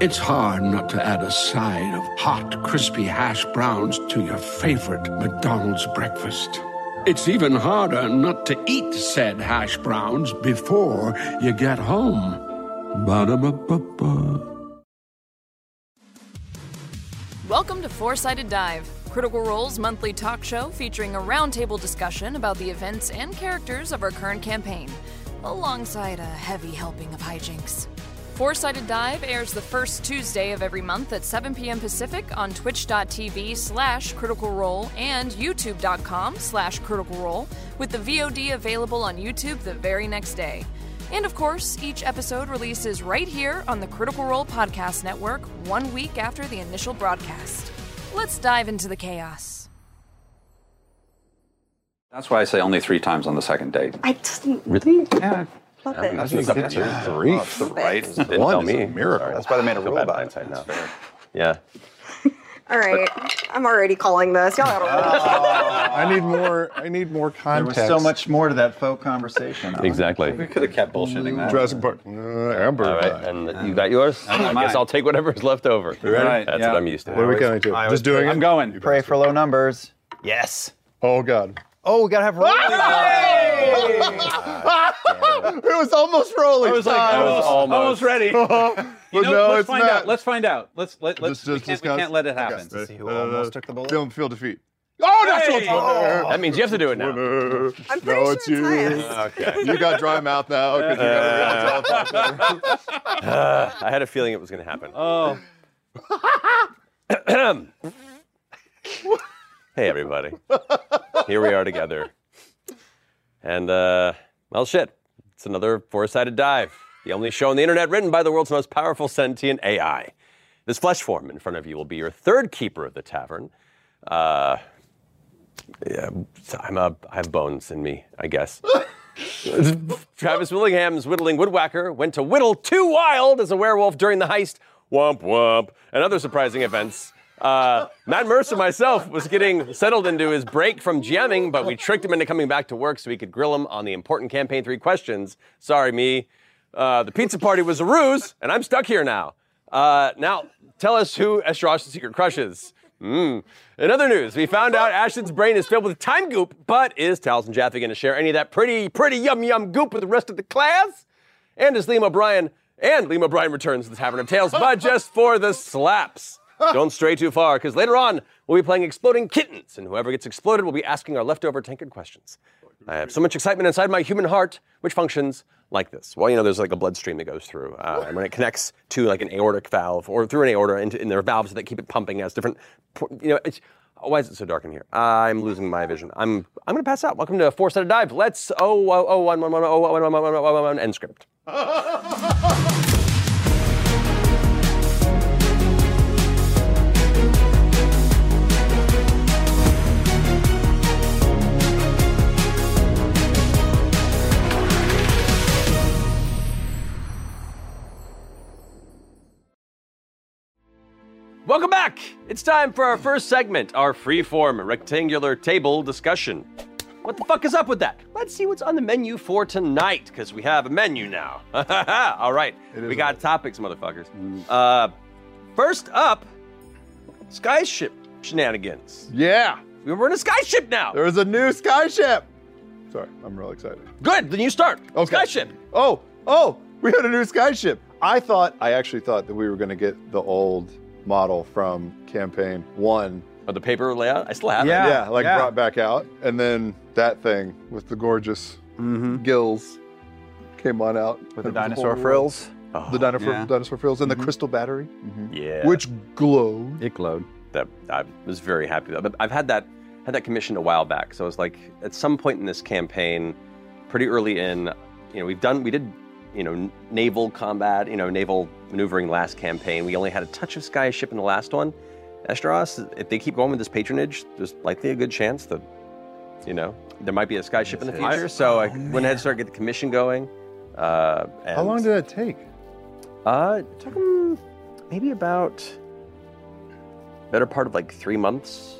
It's hard not to add a side of hot, crispy hash browns to your favorite McDonald's breakfast. It's even harder not to eat said hash browns before you get home. Ba-da-ba-ba-ba. Welcome to Foresighted Dive, Critical Role's monthly talk show featuring a roundtable discussion about the events and characters of our current campaign, alongside a heavy helping of hijinks. Foresighted Dive airs the first Tuesday of every month at 7 p.m. Pacific on twitch.tv slash critical role and youtube.com slash critical role, with the VOD available on YouTube the very next day. And of course, each episode releases right here on the Critical Role Podcast Network one week after the initial broadcast. Let's dive into the chaos. That's why I say only three times on the second date. I just Really? Yeah, love I it. think up to grief. right. Didn't tell One me. is a miracle. That's why they made a I feel rule bad about it. hindsight now. That's fair. Yeah. All right, I'm already calling this. Y'all gotta I need more. I need more There context. was so much more to that faux conversation. Alan. Exactly. We could have kept bullshitting that. Jurassic Park. Uh, Amber. All right. And you got yours? I guess mine. I'll take whatever's left over. ready? Right, That's yeah. what I'm used what are to. we going to do? Just doing I'm it. going. Pray for low numbers. Yes. Oh God. Oh, we gotta have rolling. It was almost rolling. I was like, I was almost. Almost ready. You But know, no, let's it's find not. out. Let's find out. Let's let let's Just- we, just can't, we discuss. can't let it Okay. happen. See who almost took the bullet? Don't feel defeat. Oh, natural Hey! twenty. That means you have to do it now. Uh, I'm pretty no, sure it's it's you. highest. Okay. You got dry mouth now. 'cause you got a real telephone number. I had a feeling it was going to happen. Oh, Hey, everybody. Here we are together. And, uh, well, shit. It's another four sided dive, the only show on the internet written by the world's most powerful sentient AI. This flesh form in front of you will be your third keeper of the tavern. Uh, yeah, I'm a, I have bones in me, I guess. Travis Willingham's whittling woodwhacker went to whittle too wild as a werewolf during the heist, womp womp, and other surprising events. Uh, Matt Mercer, myself, was getting settled into his break from GMing, but we tricked him into coming back to work so we could grill him on the important campaign three questions. Sorry, me. Uh, the pizza party was a ruse, and I'm stuck here now. Uh, now, tell us who Estrash's secret crush is. Mm. In other news, we found out Ashton's brain is filled with time goop, but is Taliesin Jaffe going to share any of that pretty, pretty yum yum goop with the rest of the class? And is Liam O'Brien and Liam O'Brien returns to the Tavern of Tales, but just for the slaps? Don't stray too far, because later on we'll be playing Exploding Kittens, and whoever gets exploded will be asking our leftover tankard questions. I have so much excitement inside my human heart, which functions like this. Well, you know, there's like a blood stream that goes through, uh, and when it connects to like an aortic valve or through an aorta, and, and there are valves that keep it pumping. It has different, po- you know. It's, oh, why is it so dark in here? I'm losing my vision. I'm I'm gonna pass out. Welcome to Four Sided Dive. Let's oh oh oh one one one oh one one one one one one one end script. Welcome back! It's time for our first segment, our freeform rectangular table discussion. What the fuck is up with that? Let's see what's on the menu for tonight, because we have a menu now. All right, we got topics, motherfuckers. Uh, first up, skyship shenanigans. Yeah. We're in a skyship now. There is a new skyship. Sorry, I'm real excited. Good, then you start. Okay. Skyship. Oh, oh, we had a new skyship. I thought, I actually thought that we were going to get the old model from campaign one. Oh, the paper layout? I still have Yeah. it. yeah, like yeah. brought back out. And then that thing with the gorgeous Mm-hmm. gills came on out. With the It was a dinosaur whole- frills. Oh, The dinosaur, Yeah. dinosaur frills and the crystal battery, yeah. which glowed. It glowed. that I was very happy with. But I've had that had that commissioned a while back. So it's like at some point in this campaign, pretty early in, you know, we've done we did you know, naval combat, you know, naval maneuvering last campaign. We only had a touch of skyship in the last one. Esteros, if they keep going with this patronage, there's likely a good chance that, you know, there might be a skyship in the That's it. Oh, future. So I went ahead and started to get the commission going. Uh, and, How long did that take? Uh, it took 'em maybe about better part of like three months,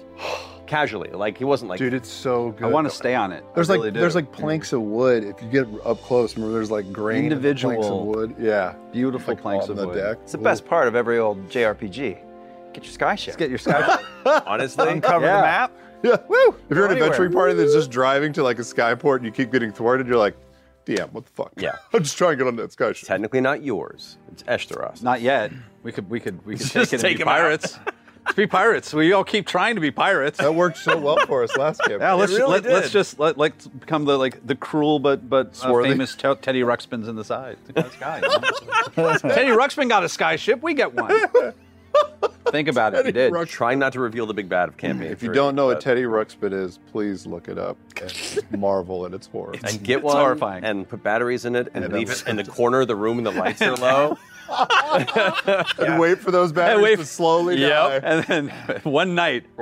casually. Like he wasn't like. Dude, it's so good. wanna stay on it. There's I like really do. there's like planks of wood. If you get up close, remember there's like grain of planks of Individual wood. Yeah, beautiful Like planks on of the wood. deck. It's the best part of every old JRPG. Get your skyship. Let's get your skyship. Honestly, Uncover the Yeah. map. Yeah, woo. If you're an Anywhere. adventuring party that's just driving to like a skyport and you keep getting thwarted, you're like, damn, what the fuck? Yeah, I'm just trying to get on that skyship. Technically not yours. It's Esteros. Not yet. We could we could we could Just take it. take and be 'em out. pirates. Let's be pirates. We all keep trying to be pirates. That worked so well for us last campaign. Yeah, let's It really let, us did. just let let's become the like the cruel but but uh, Swarthy. famous Te- Teddy Ruxpin's in the side. The sky, you know? Teddy Ruxpin got a skyship. We get one. Think about it. You did. Trying not to reveal the big bad of campaign. If you three, don't know what but- Teddy Ruxpin is, please look it up and marvel at its horror. and get one and put batteries in it and Yeah, leave that's- it in the corner of the room and the lights are low. and wait for those batteries wait- to slowly Yep. die. And then one night.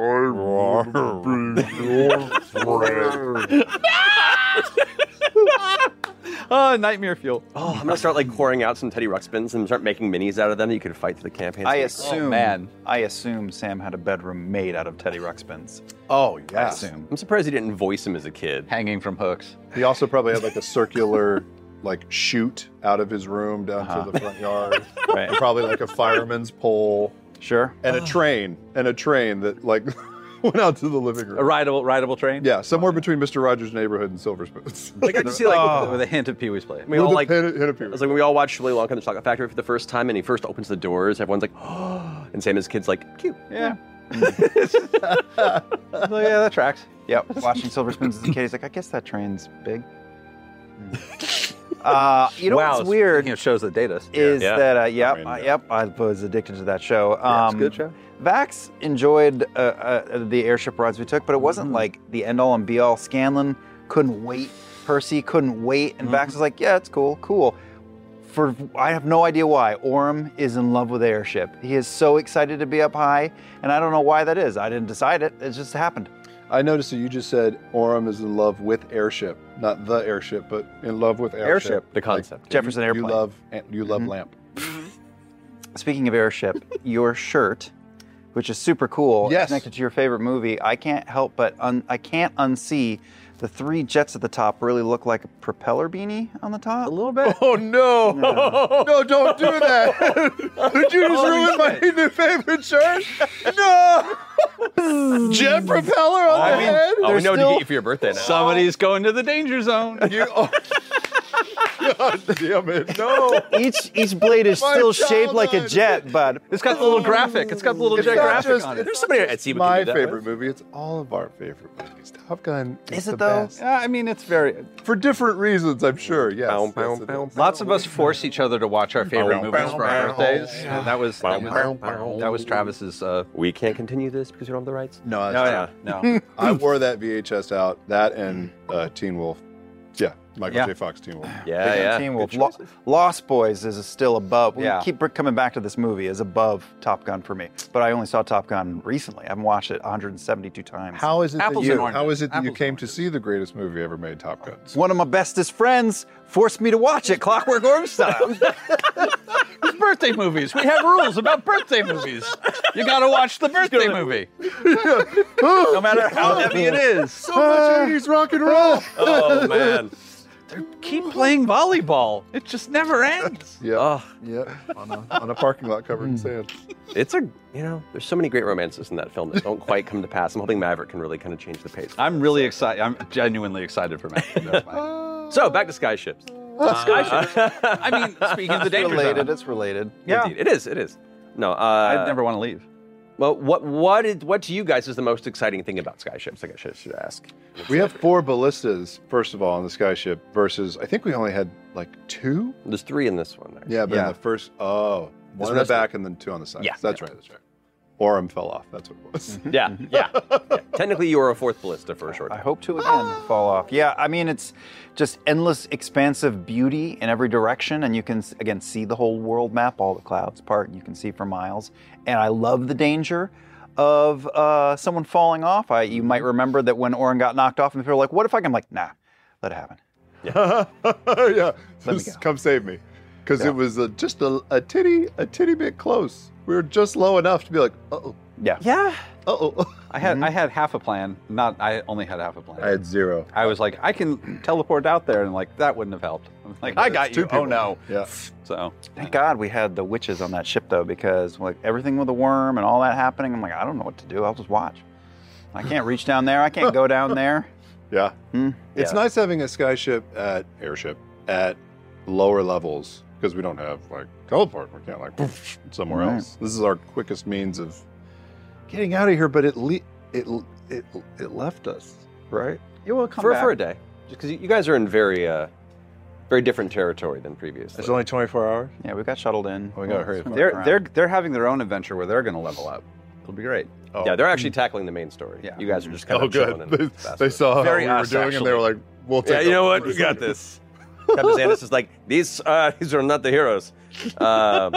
oh, nightmare fuel. Oh, I'm gonna start like coring out some Teddy Ruxpins and start making minis out of them. that You could fight through the campaign. I It's like, assume. oh, I assume Sam had a bedroom made out of Teddy Ruxpins. Oh I assume. I'm surprised he didn't voice him as a kid. Hanging from hooks. He also probably had like a circular like chute out of his room down Uh-huh. to the front yard. Right. And probably like a fireman's pole. Sure. And a train. And a train that like went out to the living A room. rideable rideable train. Yeah, somewhere between Mr. Rogers' neighborhood and Silver Spoons. Like I can see like Oh. with a hint of Pee Wee's play. we all like. hit, hit a It period. was like when we all watched Willy Wonka and the Chocolate Factory for the first time, and he first opens the doors. Everyone's like, oh, and Sam and his kid's like, cute. Yeah. so, yeah, that tracks. Yep. Watching Silver Spoons as a kid, he's like, I guess that train's big. uh, you know Wow, what's weird Speaking of shows that date us. is Yeah. that uh, yep, mean, uh, yeah. yep, I was addicted to that show. Um, Yeah, it's a good show. Vax enjoyed uh, uh, the airship rides we took, but it Mm-hmm. wasn't like the end all and be all. Scanlan couldn't wait. Percy couldn't wait, and Mm-hmm. Vax was like, "Yeah, it's cool, cool." For I have no idea why Orm is in love with airship. He is so excited to be up high, and I don't know why that is. I didn't decide it. It just happened. I noticed that you just said Orem is in love with airship, not the airship, but in love with airship. The concept. Mm-hmm. Jefferson Airplane. You love you love lamp. Speaking of airship, your shirt, which is super cool, Yes. connected to your favorite movie, I can't help but un- I can't unsee the three jets at the top really look like a propeller beanie on the top. A little bit. oh no! No, don't do that. Did you just ruin my new favorite shirt? No. Jet propeller on the mean, head? Oh, we know what to still- get you for your birthday now. Somebody's going to the danger zone. You, oh. God damn it. No. Each each blade is My still shaped like a childhood. jet, but It's got the little graphic. It's got the little It's jet not graphic just- on it. it's There's not somebody at just Etsy we can my do that favorite with. movie. It's all of our favorite movies. Top Gun is, Is it the though? best. Yeah, I mean, it's very. For different reasons, I'm sure. Yes. Bow, yes, bow, it bow, is. Lots of us force each other to watch our favorite Bow, movies bow, for our bow. birthdays. And that was that Bow, was, that was Travis's. Uh, We can't continue this because we don't have the rights. No, that's no, true. yeah, no. I wore that VHS out. That and uh, Teen Wolf. Yeah, Michael Yeah. J. Fox Teen Wolf. Yeah, yeah. Teen Good Wolf. Lo- choices. Lost Boys is still above. We Yeah. keep coming back to this movie as above Top Gun for me, but I only saw Top Gun recently. I haven't watched it 172 times. How is it Apples that and you, oranges. how is it that you Apples came and to see the greatest movie ever made, Top Gun? One of my bestest friends forced me to watch it, Clockwork Orange style. It's birthday movies. We have rules about birthday movies. You got to watch the birthday movie, no matter how heavy it is. So much 80s rock and roll. Oh man. Keep playing volleyball. It just never ends. Yeah, Ugh. yeah. On a, on a parking lot covered in sand. It's a you know, there's so many great romances in that film that don't quite come to pass. I'm hoping Maverick can really kind of change the pace. I'm really excited. I'm genuinely excited for Matt. That's my- So back to skyships. skyships. I mean, speaking of the danger related. zone, It's related. Yeah. Indeed, it is. It is. No, uh, I'd never want to leave. Well, what what is what to you guys is the most exciting thing about skyships? I guess I should ask. We have four ballistas, first of all, on the skyship versus I think we only had like two. There's three in this one. actually. Yeah, but Yeah. in the first, oh, one in the rest of- back and then two on the sides. Yeah. that's right. That's right. Orem fell off. That's what it was. Yeah, yeah. yeah. Technically, you were a fourth ballista for a short I hope to again fall off. Yeah, I mean it's just endless expansive beauty in every direction, and you can again see the whole world map, all the clouds apart, and you can see for miles. And I love the danger of uh, someone falling off. I, you Mm-hmm. might remember that when Oren got knocked off, and people were like, "What if I can?" I'm like, "Nah, let it happen." Yeah, Let me Just come save me, because it was uh, just a, a titty, a titty bit close. We were just low enough to be like, uh oh. Yeah. Mm-hmm. Yeah. Uh oh. I had I had half a plan. Not I only had half a plan. I had zero. I was like, I can teleport out there, and like that wouldn't have helped. I'm like, I got you. Oh no. Yeah. So Thank God we had the witches on that ship though, because like everything with the worm and all that happening, I'm like, I don't know what to do. I'll just watch. I can't reach down there. I can't go down there. Yeah. Hmm. It's nice having a skyship at airship at lower levels because we don't have like teleport. We can't like poof, somewhere Right. else. This is our quickest means of getting out of here. But it le- it it it left us right. you will come for, back. for a day. Just because you, you guys are in very, uh, very different territory than previously. It's only 24 hours. Yeah, we got shuttled in. We gotta hurry. They're they're they're having their own adventure where they're going to level up. It'll be great. Oh. Yeah, they're actually tackling the main story. Yeah. You guys are just kind Oh, of chilling. good. They, and fast they with it. saw Very how we were us, doing, and they were actually. like, "We'll take." yeah, you know over what? for We a got second. this. Captain Xanis is like, these uh, these are not the heroes. Um,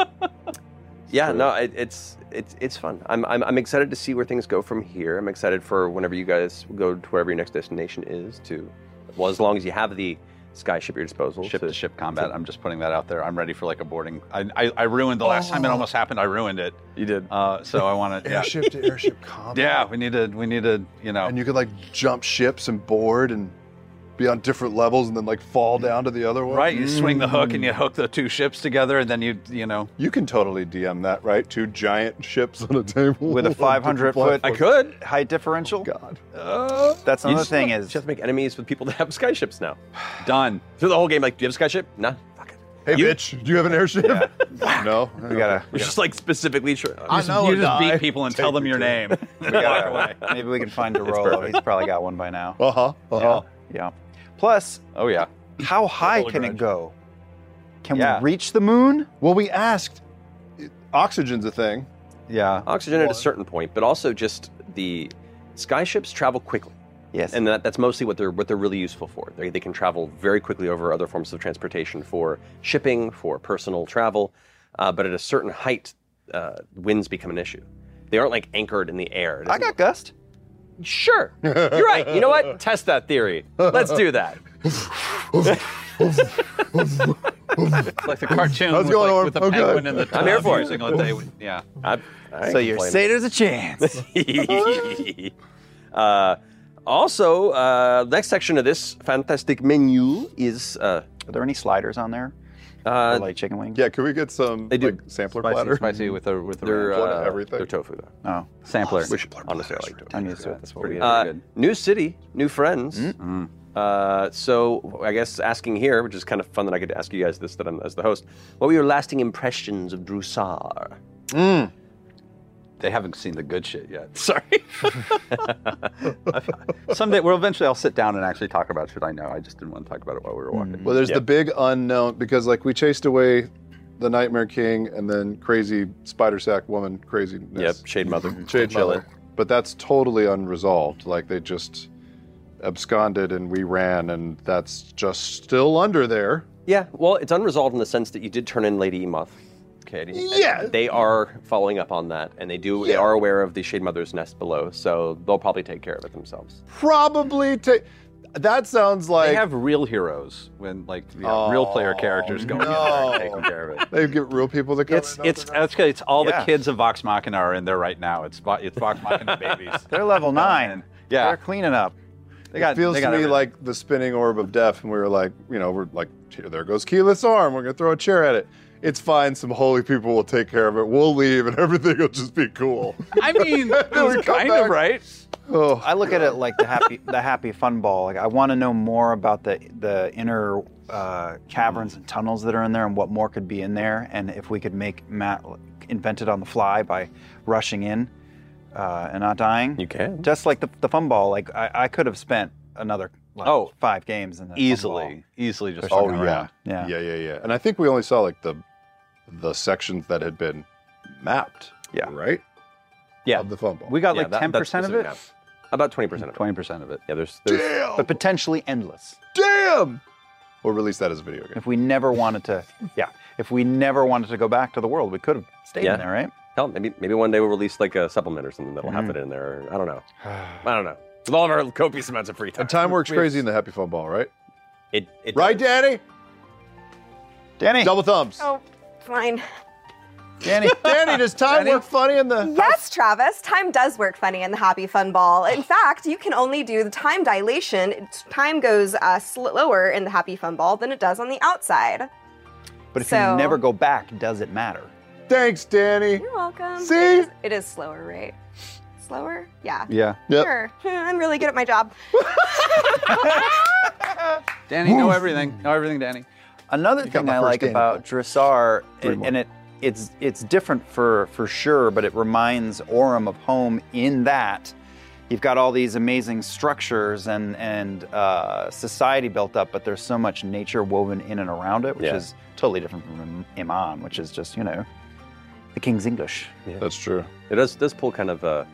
yeah, no, it, it's it's it's fun. I'm, I'm I'm excited to see where things go from here. I'm excited for whenever you guys go to wherever your next destination is. To well, as long as you have the skyship at your disposal. Ship to- to ship combat. I'm just putting that out there. I'm ready for like a boarding. I I, I ruined the last time it almost happened. I ruined it. You did. Uh, so I want to. Yeah. Oh. Airship to airship combat. Yeah, we need to. We need to. You know. And you could like jump ships and board and be on different levels and then like fall down to the other one. Mm. Right, you swing the hook and you hook the two ships together, and then you you know You can totally DM that, right? Two giant ships on a table With a 500 foot- I could. Height differential. God. That's You another just thing have- is you have to make enemies with people that have skyships now. done. Through the whole game, like, do you have a skyship? Nah, fuck it. Hey, You- bitch, do you have an airship? no. we gotta It's just like specifically. Sure. You just- you just beat people and tell them your name. we gotta maybe we can find Dorolo. He's probably got one by now. Uh huh. Uh huh. Yeah. Plus, Oh yeah, how high can it go? Can Yeah. we reach the moon? Well, we asked. it- Oxygen's a thing. yeah. oxygen at a certain point, but also just the skyships travel quickly, Yes. and that, that's mostly what they're what they're really useful for. They, they can travel very quickly over other forms of transportation for shipping, for personal travel, uh, but at a certain height, uh, winds become an issue. They aren't like anchored in the air. It I isn't- got gust. sure. You're right. You know what? Test that theory. Let's do that. like the cartoon How's it with, like, going, Orm? with the Oh, good. penguin and the I'm here tub for it. using what they would- yeah. I, I ain't So you're complaining. say there's a chance. uh, also, uh, next section of this fantastic menu is uh, Are there any sliders on there? Or uh, like chicken wings? Yeah, could we get some They do. like sampler Spicy, platter? spicy with a with a They're ranch. Blood uh, everything. They're tofu though. Oh, sampler. Which honestly, I like tofu. I'm used to it. That's what we Pretty Uh, good. new city, new friends. Uh, so I guess asking here, which is kind of fun that I get to ask you guys this, that I'm as the host. What were your lasting impressions of Drusar? They haven't seen the good shit yet. Sorry. Someday, well, eventually, I'll sit down and actually talk about shit I know. I just didn't want to talk about it while we were walking. Well, there's the big unknown because like we chased away the Nightmare King and then crazy spider sack woman Yep, craziness. shade mother. Jade Mother. Miller. But Mm, that's totally unresolved. Like they just absconded and we ran and that's just still under there. Yeah, well, it's unresolved in the sense that you did turn in Lady Emoth, Katie. and Yeah. They are following up on that, and they do. They Yeah. are aware of the Shade Mother's nest below, so they'll probably take care of it themselves. Probably take that sounds like Oh, they have real heroes when, like, you know, real player characters going in there and no. taking care of it. they get real people that come It's in and it's open up. that's good. It's all Yeah. the kids of Vox Machina are in there right now. It's Vo- it's Vox Machina babies. They're level nine. Yeah. They're cleaning up. They got it feels they to got me everything. like the spinning orb of death, and we were like, you know, we're like, here, there goes Keyleth's arm. We're gonna throw a chair at it. It's fine. Some holy people will take care of it. We'll leave, and everything will just be cool. I mean, it was We come kind back. of right. Oh, I look at it like the happy the happy fun ball. Like I want to know more about the the inner uh, caverns and tunnels that are in there, and what more could be in there, and if we could make Matt like, invent it on the fly by rushing in uh, and not dying. You can. Just like the the fun ball. Like I, I could have spent another like, Oh, five games in the fun ball. Easily, easily just. Oh, fucking around. Yeah. yeah, yeah, yeah. And I think we only saw like the the sections that had been mapped. Yeah. Right. yeah. of the phone ball. We got Yeah, like that- 10% that's of it? specific About 20% of it. 20% of it. Yeah, there's. there's But potentially endless. Damn! We'll release that as a video game. If we never wanted to, yeah. If we never wanted to go back to the world, we could have stayed yeah. in there, right? Hell, maybe, maybe one day we'll release like a supplement or something that will have Mm-hmm. it in there. I don't know. I don't know. With all of our copious amounts of free time. And time works crazy in the happy phone ball, right? It, it right, Danny? Danny. Double thumbs. Oh, fine. Danny. Danny, does time work funny in the. Yes, Travis, time does work funny in the Happy Fun Ball. In fact, you can only do the time dilation. It's- Time goes uh, slower in the Happy Fun Ball than it does on the outside. But if So- you never go back, does it matter? Thanks, Danny. You're welcome. See? It is, it is slower, right? Slower? Yeah. Yeah. Sure. Hmm, I'm really good at my job. Danny, know everything. Know everything, Danny. Another thing my I first like Danny about Dressar, and, and it it's it's different for for sure, but it reminds Orem of home in that you've got all these amazing structures and and uh, society built up, but there's so much nature woven in and around it, which Yeah. is totally different from Im- Iman, which is just you know the King's English. That's true. It does does pull kind of a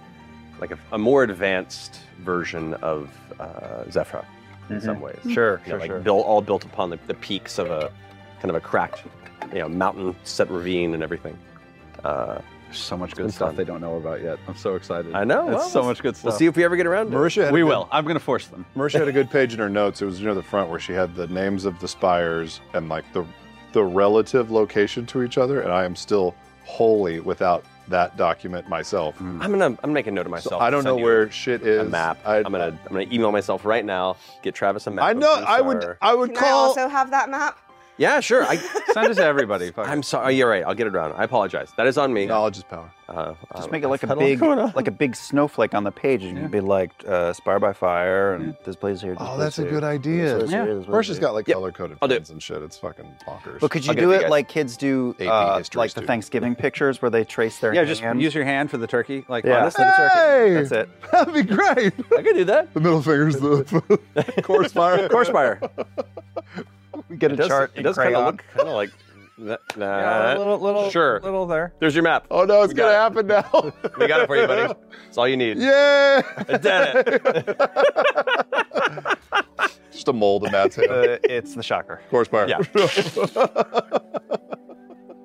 like a, a more advanced version of uh, Zephyra in Mm-hmm. Mhm. Mm-hmm. some ways. Sure, You know, sure, like sure. built all built upon the, the peaks of a kind of a cracked, you know, mountain set ravine and everything. Uh, so much good stuff they don't know about yet. I'm so excited. I know. It's well, so we'll- much good stuff. We'll see if we ever get around. to it. Marisha had a we good- will. I'm going to force them. Marisha had a good page in her notes. It was near the front where she had the names of the spires and like the the relative location to each other. And I am still wholly without that document myself. I'm gonna I'm making note of myself. I to don't send know you where shit is. a map. I, I- am gonna I'm gonna email myself right now. Get Travis a map. I of know. I Dressar. would. I would Can I call. also have that map? Yeah, sure. I send it to everybody. I'm sorry. Oh, You're right. I'll get it around. I apologize. That is on me. Knowledge is power. Uh, Just um, make it like I've a had lot big, going on. like a big snowflake on the page. You can be like, uh, "Spire by Fire," and this plays here. This Oh, place that's a here, good this idea. place here, this place Marisha's here. got like color coded pins and shit. It's fucking bonkers. But could you do it like kids do, AP uh, history like the student. Thanksgiving pictures where they trace their Yeah, hand? just use your hand for the turkey. Like Yeah. on this little turkey. Hey! That's it. That'd be great. I could do that. The middle finger's the course fire. Course fire. Get a it does, chart. It does in kind of crayon. look kind of like that. Nah, Yeah, a little, little, sure. little there. There's your map. Oh no, it's gonna happen now. We got it for you, buddy. It's all you need. Yeah. I did it. Just a mold of Matt's hand. Uh, it's the shocker. Course fire. Yeah.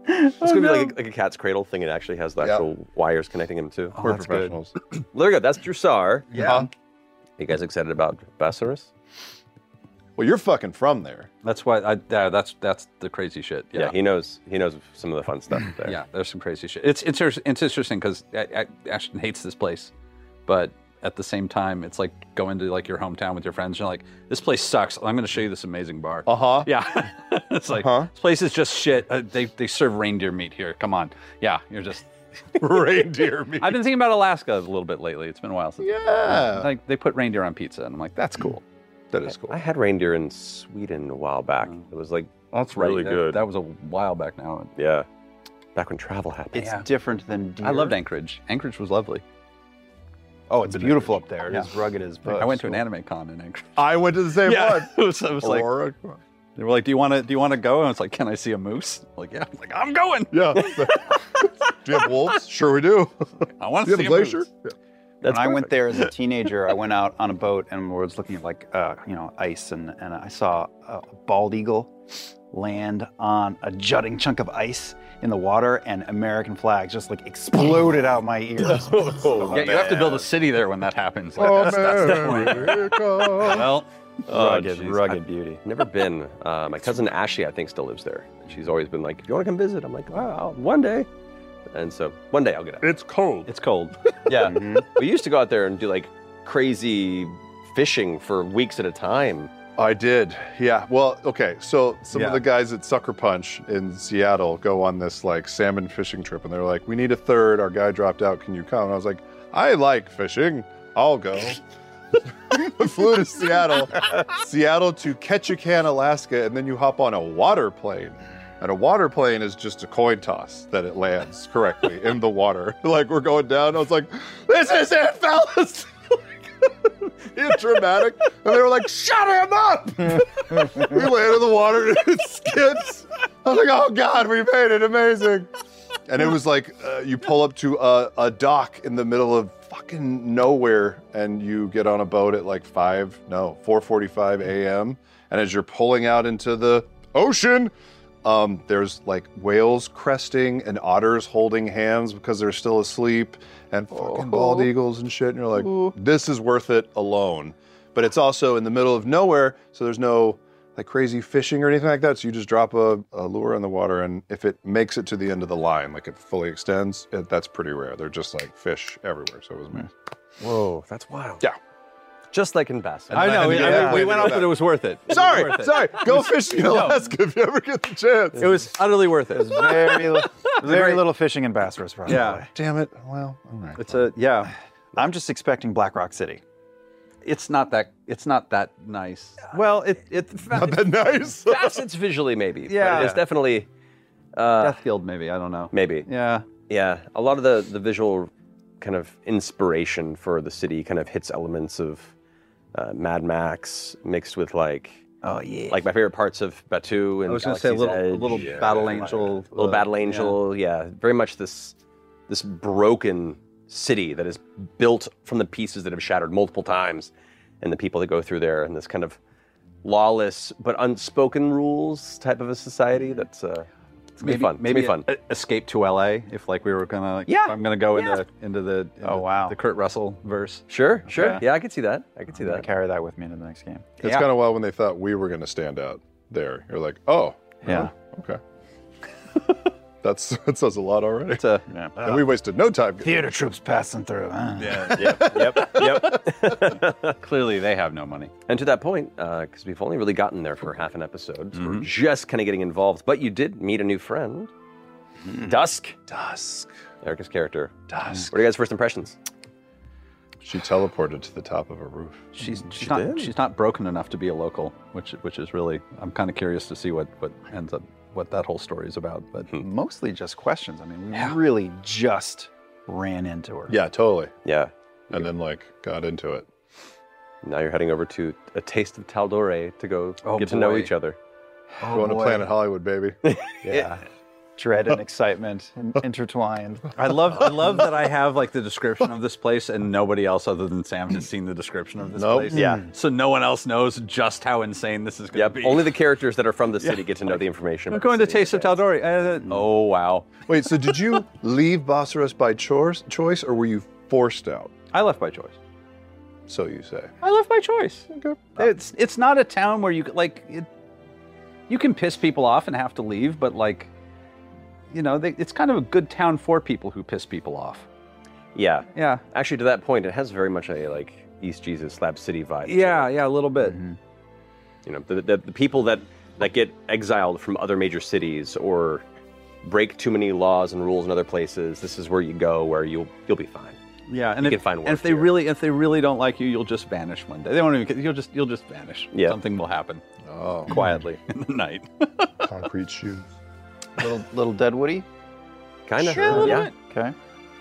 It's Oh, gonna be like a, like a cat's cradle thing. It actually has the Yeah. actual wires connecting them too. We're Oh, that's good. professionals. Uh-huh. Well, there we go. That's Drusar. Yeah. You guys excited about Basaris? Well, you're fucking from there. That's why I. Yeah, that's that's the crazy shit. Yeah. Yeah. He knows. He knows some of the fun stuff there. Yeah, there's some crazy shit. It's it's it's interesting because Ashton hates this place, but at the same time, it's like going to like your hometown with your friends. And you're like, this place sucks. I'm going to show you this amazing bar. Oh. Uh huh. Yeah, it's like Uh-huh. Huh? this place is just shit. Uh, they they serve reindeer meat here. Come on. Yeah, you're just. Reindeer meat. I've been thinking about Alaska a little bit lately. It's been a while since. Yeah. Like they put reindeer on pizza, and I'm like, that's cool. Mm. That is cool. I had reindeer in Sweden a while back. It was like That's really good. That, was a while back now. yeah, back when travel happened. It's different than deer. I loved Anchorage. Anchorage was lovely. Oh, it's beautiful up there. It's rugged as. I went to an anime con in Anchorage. I went to the same one. it was, I was like, Aurora. They were like, "Do you want to? Do you want to go?" And it's like, "Can I see a moose?" I'm like, yeah. I'm like, I'm going. Yeah. do you have wolves? Sure, we do. I want Do to see you have a glacier? moose. Yeah. That's when I went there as a teenager, I went out on a boat and was looking at like uh, you know ice, and and I saw a bald eagle land on a jutting chunk of ice in the water, and American flags just like exploded out my ears. Oh, yeah, you have to build a city there when that happens. Like, Oh, that's, that's the point. America. Well, rugged, jeez. rugged beauty. Never been. Uh, my cousin Ashley, I think, still lives there. She's always been like, "If you want to come visit," I'm like, "Oh, I'll- one day." And so one day I'll get out. it's cold. It's cold. Yeah, we used to go out there and do like crazy fishing for weeks at a time. I did. Yeah. Well, okay. So some Yeah. of the guys at Sucker Punch in Seattle go on this like salmon fishing trip and they're like, we need a third. Our guy dropped out. Can you come? And I was like, I like fishing. I'll go. Flew to Seattle, Seattle to Ketchikan, Alaska, and then you hop on a water plane. And a water plane is just a coin toss that it lands correctly in the water. Like we're going down. I was like, this is it, fellas. It's dramatic. And they were like, shut him up. we land in the water and it skips. I was like, oh God, we made it. Amazing. And it was like uh, you pull up to a, a dock in the middle of fucking nowhere, and you get on a boat at like five, no, four forty-five a.m. And as you're pulling out into the ocean, um, there's like whales cresting and otters holding hands because they're still asleep, and Uh-huh. fucking bald eagles and shit. And you're like, this is worth it alone. But it's also in the middle of nowhere, so there's no like crazy fishing or anything like that. So you just drop a, a lure in the water, and if it makes it to the end of the line, like it fully extends, it, that's pretty rare. They're just like fish everywhere. So it was nice. Whoa, that's wild. Yeah. Just like in Bass. And then- and then- we yeah. went off that it was worth it. Sorry, It was worth it. sorry. Go It was- fishing in No. Alaska if you ever get the chance. It was utterly worth There's it. very, li- very great- little fishing in Bass Rose Run. Yeah. Damn it. Well, all right. It's a yeah. I'm just expecting Black Rock City. It's not that. It's not that nice. Well, it it not that nice. Facets visually, maybe. Yeah. but it's definitely uh, Guild, maybe I don't know. Maybe. Yeah. Yeah. A lot of the the visual kind of inspiration for the city kind of hits elements of uh, Mad Max mixed with like. Oh yeah. Like my favorite parts of Batu and I was gonna say a Galaxy's little- a little Edge. Battle Angel, little uh, battle yeah. angel, yeah. Very much this this broken city that is built from the pieces that have shattered multiple times, and the people that go through there, and this kind of lawless but unspoken rules type of a society. That's uh, it's gonna be fun. Maybe it's gonna be fun. e- escape to LA if like we were gonna. Like, Yeah. I'm gonna go Yeah. into into the. Into oh wow. The Kurt Russell verse. Sure. Sure. Okay. Yeah, I could see that. I could see that. Carry that with me into the next game. It's Yeah. kind of wild when they thought we were going to stand out there. You're like, oh, Yeah. oh, okay. That's that says a lot already. It's a, and we wasted no time. getting- Theater troops passing through. huh? yep. Yep. Clearly, they have no money. And to that point, because we've only really gotten there for half an episode, so we're just kind of getting involved. But you did meet a new friend, Dusk. Dusk. Erica's character. Dusk. What are you guys' first impressions? She teleported to the top of a roof. She's she's not did. she's not broken enough to be a local, which which is really I'm kind of curious to see what what ends up what that whole story is about. But Mostly just questions. I mean, we really just ran into her. Yeah, totally. Yeah. And then like got into it. Now you're heading over to a taste of Taldore to go Oh, get to know boy. each other. Oh, Going boy. to Planet Hollywood, baby. Yeah. Dread and excitement in- intertwined. I love I love that I have like the description of this place and nobody else other than Sam has seen the description of this Nope. place. Yeah. So no one else knows just how insane this is going to Yep. be. Only the characters that are from the city get to know the information. I'm about the going to city. Taste of Taldori. Uh, oh wow. Wait, so did you leave Bossaros by choice, choice, or were you forced out? I left by choice. So you say. I left by choice. It's it's not a town where you c- like it, you can piss people off and have to leave, but like you know, they, it's kind of a good town for people who piss people off. Yeah. Yeah. Actually, to that point, it has very much a like East Jesus Slab City vibe. Yeah, yeah, a little bit. You know, the, the, the people that that get exiled from other major cities or break too many laws and rules in other places. This is where you go, where you'll you'll be fine. Yeah, and You if, can find and work if they here. really if they really don't like you, you'll just vanish one day. They won't even you'll just you'll just vanish. Yeah. Something will happen Oh, quietly in the night. concrete shoes. little little Deadwoody. Kind of. Sure, a little yeah. bit. Okay.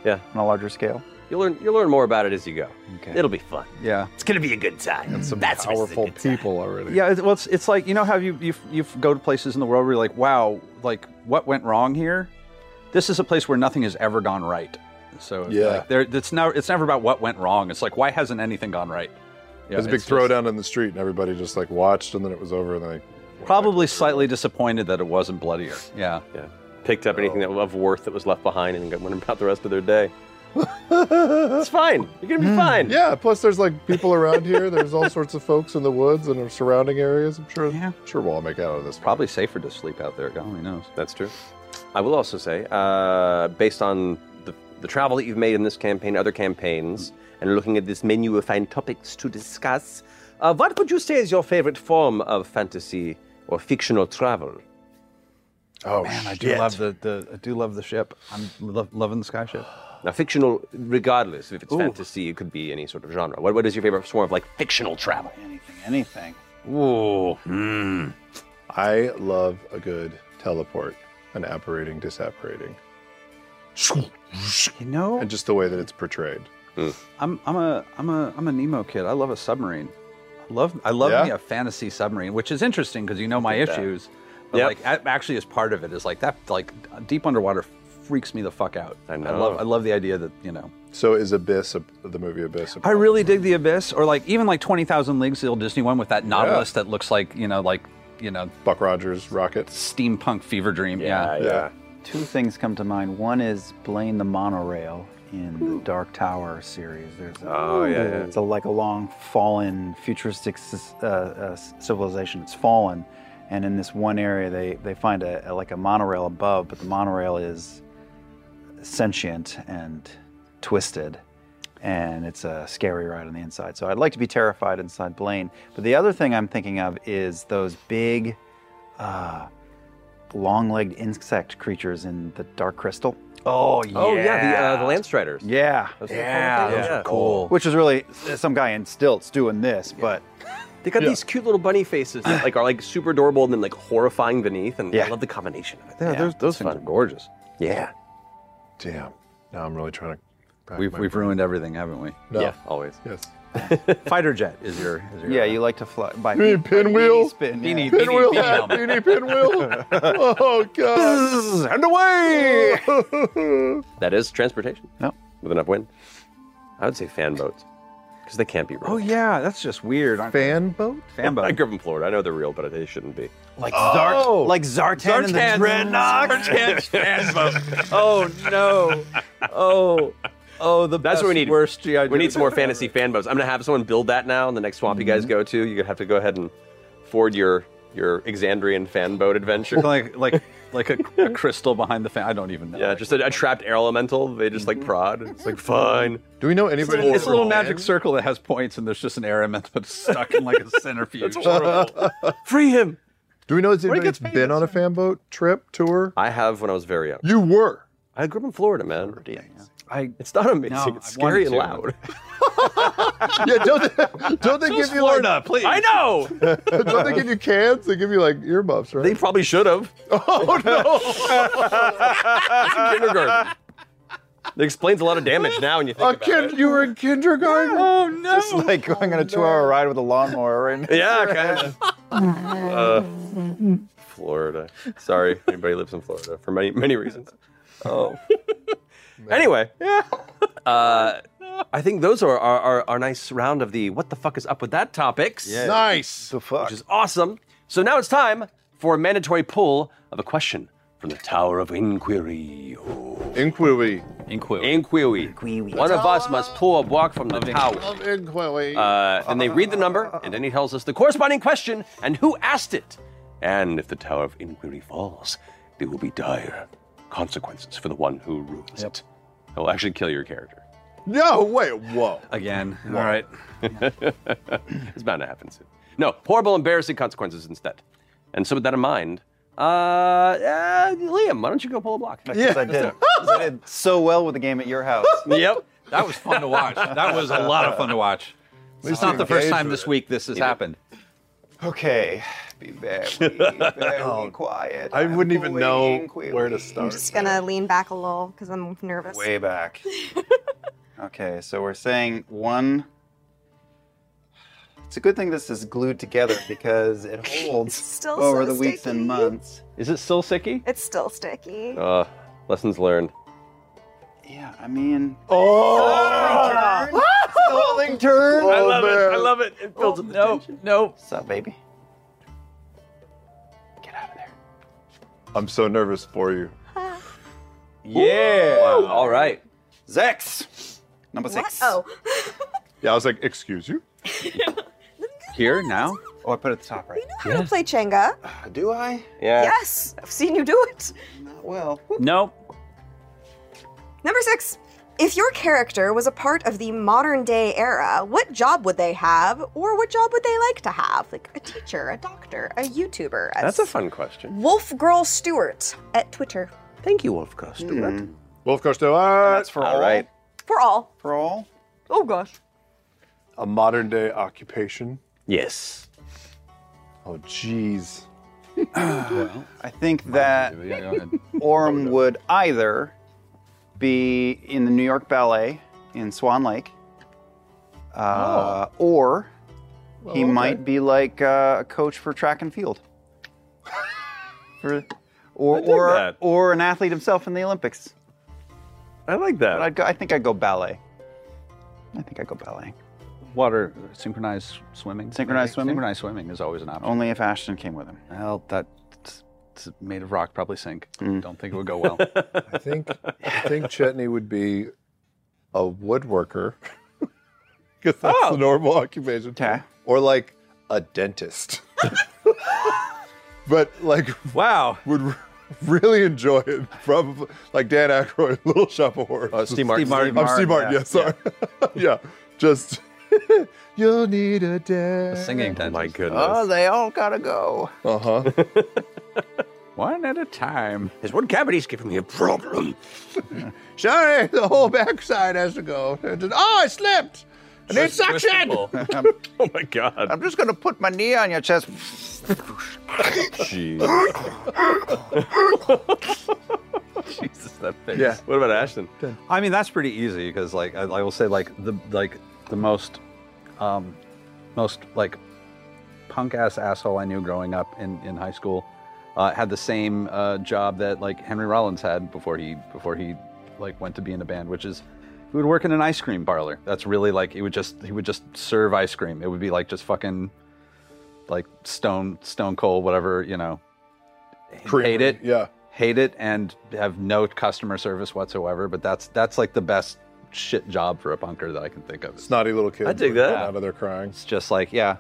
Yeah. On a larger scale. You'll learn you'll learn more about it as you go. Okay. It'll be fun. Yeah. It's gonna be a good time. That's Some what's a powerful good time. people already. Yeah, it's, well, it's, it's like you know how you you you go to places in the world where you're like, wow, like what went wrong here? This is a place where nothing has ever gone right. So it's Yeah. like, there it's never it's never about what went wrong. It's like why hasn't anything gone right? Yeah, There's a big it's just- throwdown in the street, and everybody just like watched, and then it was over, and they Probably slightly disappointed that it wasn't bloodier. Yeah. Yeah. Picked up anything that, of worth that was left behind and went about the rest of their day. it's fine. You're gonna be fine. Yeah, plus there's like people around here. There's all sorts of folks in the woods and our surrounding areas. I'm sure, Yeah. sure we'll all make out of this. Probably safer to sleep out there. God only knows. That's true. I will also say, uh, based on the, the travel that you've made in this campaign, other campaigns, and looking at this menu of fine topics to discuss, uh, what would you say is your favorite form of fantasy or fictional travel? Oh Man, I do love the, the I do love the ship. I'm lo- loving the sky ship. Now, fictional, regardless if it's fantasy, it could be any sort of genre. What, what is your favorite form of like fictional travel? Anything. Anything. Ooh. I love a good teleport, an apparating, disapparating, You know, and just the way that it's portrayed. I'm I'm a I'm a I'm a Nemo kid. I love a submarine. I love I love Yeah? me a fantasy submarine, which is interesting because you know my issues. But Yep. like a- actually, as part of it is like that like deep underwater freaks me the fuck out. I know. love I love the idea that you know. So is Abyss a, the movie Abyss? I really dig the Abyss, or like even like Twenty Thousand Leagues, the old Disney one with that Nautilus Yeah. that looks like you know like you know Buck Rogers rocket steampunk fever dream. Yeah, Two things come to mind. One is Blaine the Monorail in the Dark Tower series. There's a, Oh, yeah, yeah. It's a, like a long fallen futuristic cis- uh, uh, s- civilization. It's fallen, and in this one area they they find a, a like a monorail above, but the monorail is sentient and twisted, and it's a scary ride on the inside. So I'd like to be terrified inside Blaine. But the other thing I'm thinking of is those big. Uh, long-legged insect creatures in the Dark Crystal. Oh yeah. Oh yeah. The, uh, the Lance Riders. Yeah, Those are the cool things. Yeah. Which is really some guy in stilts doing this, but They got Yeah. these cute little bunny faces that like are like super adorable and then like horrifying beneath, and I Yeah. love the combination of it. Yeah, those- things are gorgeous. Yeah. Damn. Now I'm really trying to. back we've my we've ruined everything, haven't we? No. Yeah, always. Yes. Fighter jet is your. Is your yeah, you like to fly by You mean pinwheel? spin, yeah. Beanie- pinwheel beanie hat, beanie pinwheel. Oh god! And away. that is transportation. No. With enough wind, I would say fan boats because they can't be real. Oh yeah, that's just weird. Fan boat. Fan boat. I grew up in Florida. I know they're real, but they shouldn't be. Like Oh! Zart, like Zartan, and the Zartan's- Dreadnought. Zartan's fan boat. Oh no. Oh. Oh, the That's what we best need. worst GI We need some more Joe ever. Mm-hmm. fantasy fan boats. I'm gonna have someone build that now, and the next swamp you guys go to, you have to go ahead and forward your your Exandrian fan boat adventure. like like like a, a crystal behind the fan. I don't even know. yeah, just a, a trapped air elemental. They just like Mm-hmm. prod. It's like fine. Do we know It's, anybody? it's a little magic circle that has points, and there's just an air element that's stuck in like a centrifuge. Free him. Do we know has Or he anybody gets that's been on a fan boat trip tour? I have when I was very young. You were. I grew up in Florida, man. I, it's not amazing. No, it's I wanted scary and to. loud. yeah, don't they, don't they So give is you Florida, like, please. I know. don't they give you cans? They give you like earmuffs, right? They probably should have. Oh no! kindergarten. It explains a lot of damage now when you think A about kid, you were in kindergarten. Oh no! It's like going on a two-hour ride with a lawnmower. And it. Yeah, kind of. Uh, Florida. Sorry, if anybody lives in Florida for many many reasons. Oh. anyway, yeah. Uh, I think those are our, our, our nice round of the what the fuck is up with that topics. Yeah. Nice. The fuck. which is awesome. So now it's time for a mandatory pull of a question from the Tower of Inquiry. Oh. Inquiry. Inquiry. Inquiry. One of us must pull a block from the tower. Inquiry. Uh, and they read the number, and then he tells us the corresponding question and who asked it. And if the Tower of Inquiry falls, there will be dire consequences for the one who ruins it. It will actually kill your character. No, wait, whoa. Again. All right. it's bound to happen soon. No, horrible, embarrassing consequences instead. And so, with that in mind, uh, uh, Liam, why don't you go pull a block? Because I did. 'Cause I did so well with the game at your house. yep. That was fun to watch. That was a lot of fun to watch. It's not the first time this week this has happened. Okay, be very, very quiet. I wouldn't even know Inquiry. where to I'm start. just gonna lean back a little because I'm nervous. way back. okay, so we're saying one. It's a good thing this is glued together because it holds Still over so the weeks sticky. and months. Is it still sicky? It's still sticky. Uh, lessons learned. Yeah, I mean, Oh, holding turn. I love it, Oh, I love it. It builds up no, no. What's up, baby? I'm so nervous for you. Yeah. All right. Zex, number What? six. Oh, Yeah, I was like, excuse you. Here now. Oh, I put it at the top right. Uh, you know how to play Changa? Do I? Yeah. Yes, I've seen you do it. Not well. Nope. Number six. If your character was a part of the modern day era, what job would they have, or what job would they like to have? Like a teacher, a doctor, a YouTuber. A That's a fun question. Wolf Girl Stewart at Twitter. Thank you, Wolf Cross. Wolf Costello. That's for all. right. For all. For all. Oh gosh. A modern day occupation. Yes. Oh, jeez. I think that Yeah, go ahead. Orm would either be in the New York Ballet in Swan Lake, uh, or he might be like uh, a coach for track and field. For- or dig or, that. or an athlete himself in the Olympics. I like that. I'd go, I think I'd go ballet. I think I'd go ballet. Water, synchronized swimming. Synchronized swimming? Synchronized swimming is always an option. Only if Ashton came with him. Well, that's it's made of rock, probably sink. Mm. Don't think it would go well. I think I think Chetney would be a woodworker because that's Oh. the normal occupation. Or like a dentist. but like wow, would re- really enjoy it. Probably like Dan Aykroyd, Little Shop of Horrors. Uh, Steve Martin. Steve I'm Steve Martin. Yeah, sorry. Yeah, just you'll need a dad. singing dentist. my goodness. Oh, they all gotta go. Uh huh. One at a time. His one cavity's giving me a problem. Sorry, the whole backside has to go. Oh, I slipped. I need suction. Oh my god. I'm just gonna put my knee on your chest. Jeez. Jesus, that face. Yeah. What about Ashton? I mean, that's pretty easy because, like, I, I will say, like the like the most, um, most like punk ass asshole I knew growing up in in high school uh, had the same uh, job that like Henry Rollins had before he before he like went to be in a band, which is he would work in an ice cream parlor. That's really like he would just he would just serve ice cream. It would be like just fucking like stone stone cold whatever you know. Hate it Yeah. hate it and have no customer service whatsoever. But that's that's like the best shit job for a punker that I can think of. Snotty little kids. I dig would come that. Out of their crying. It's just like yeah,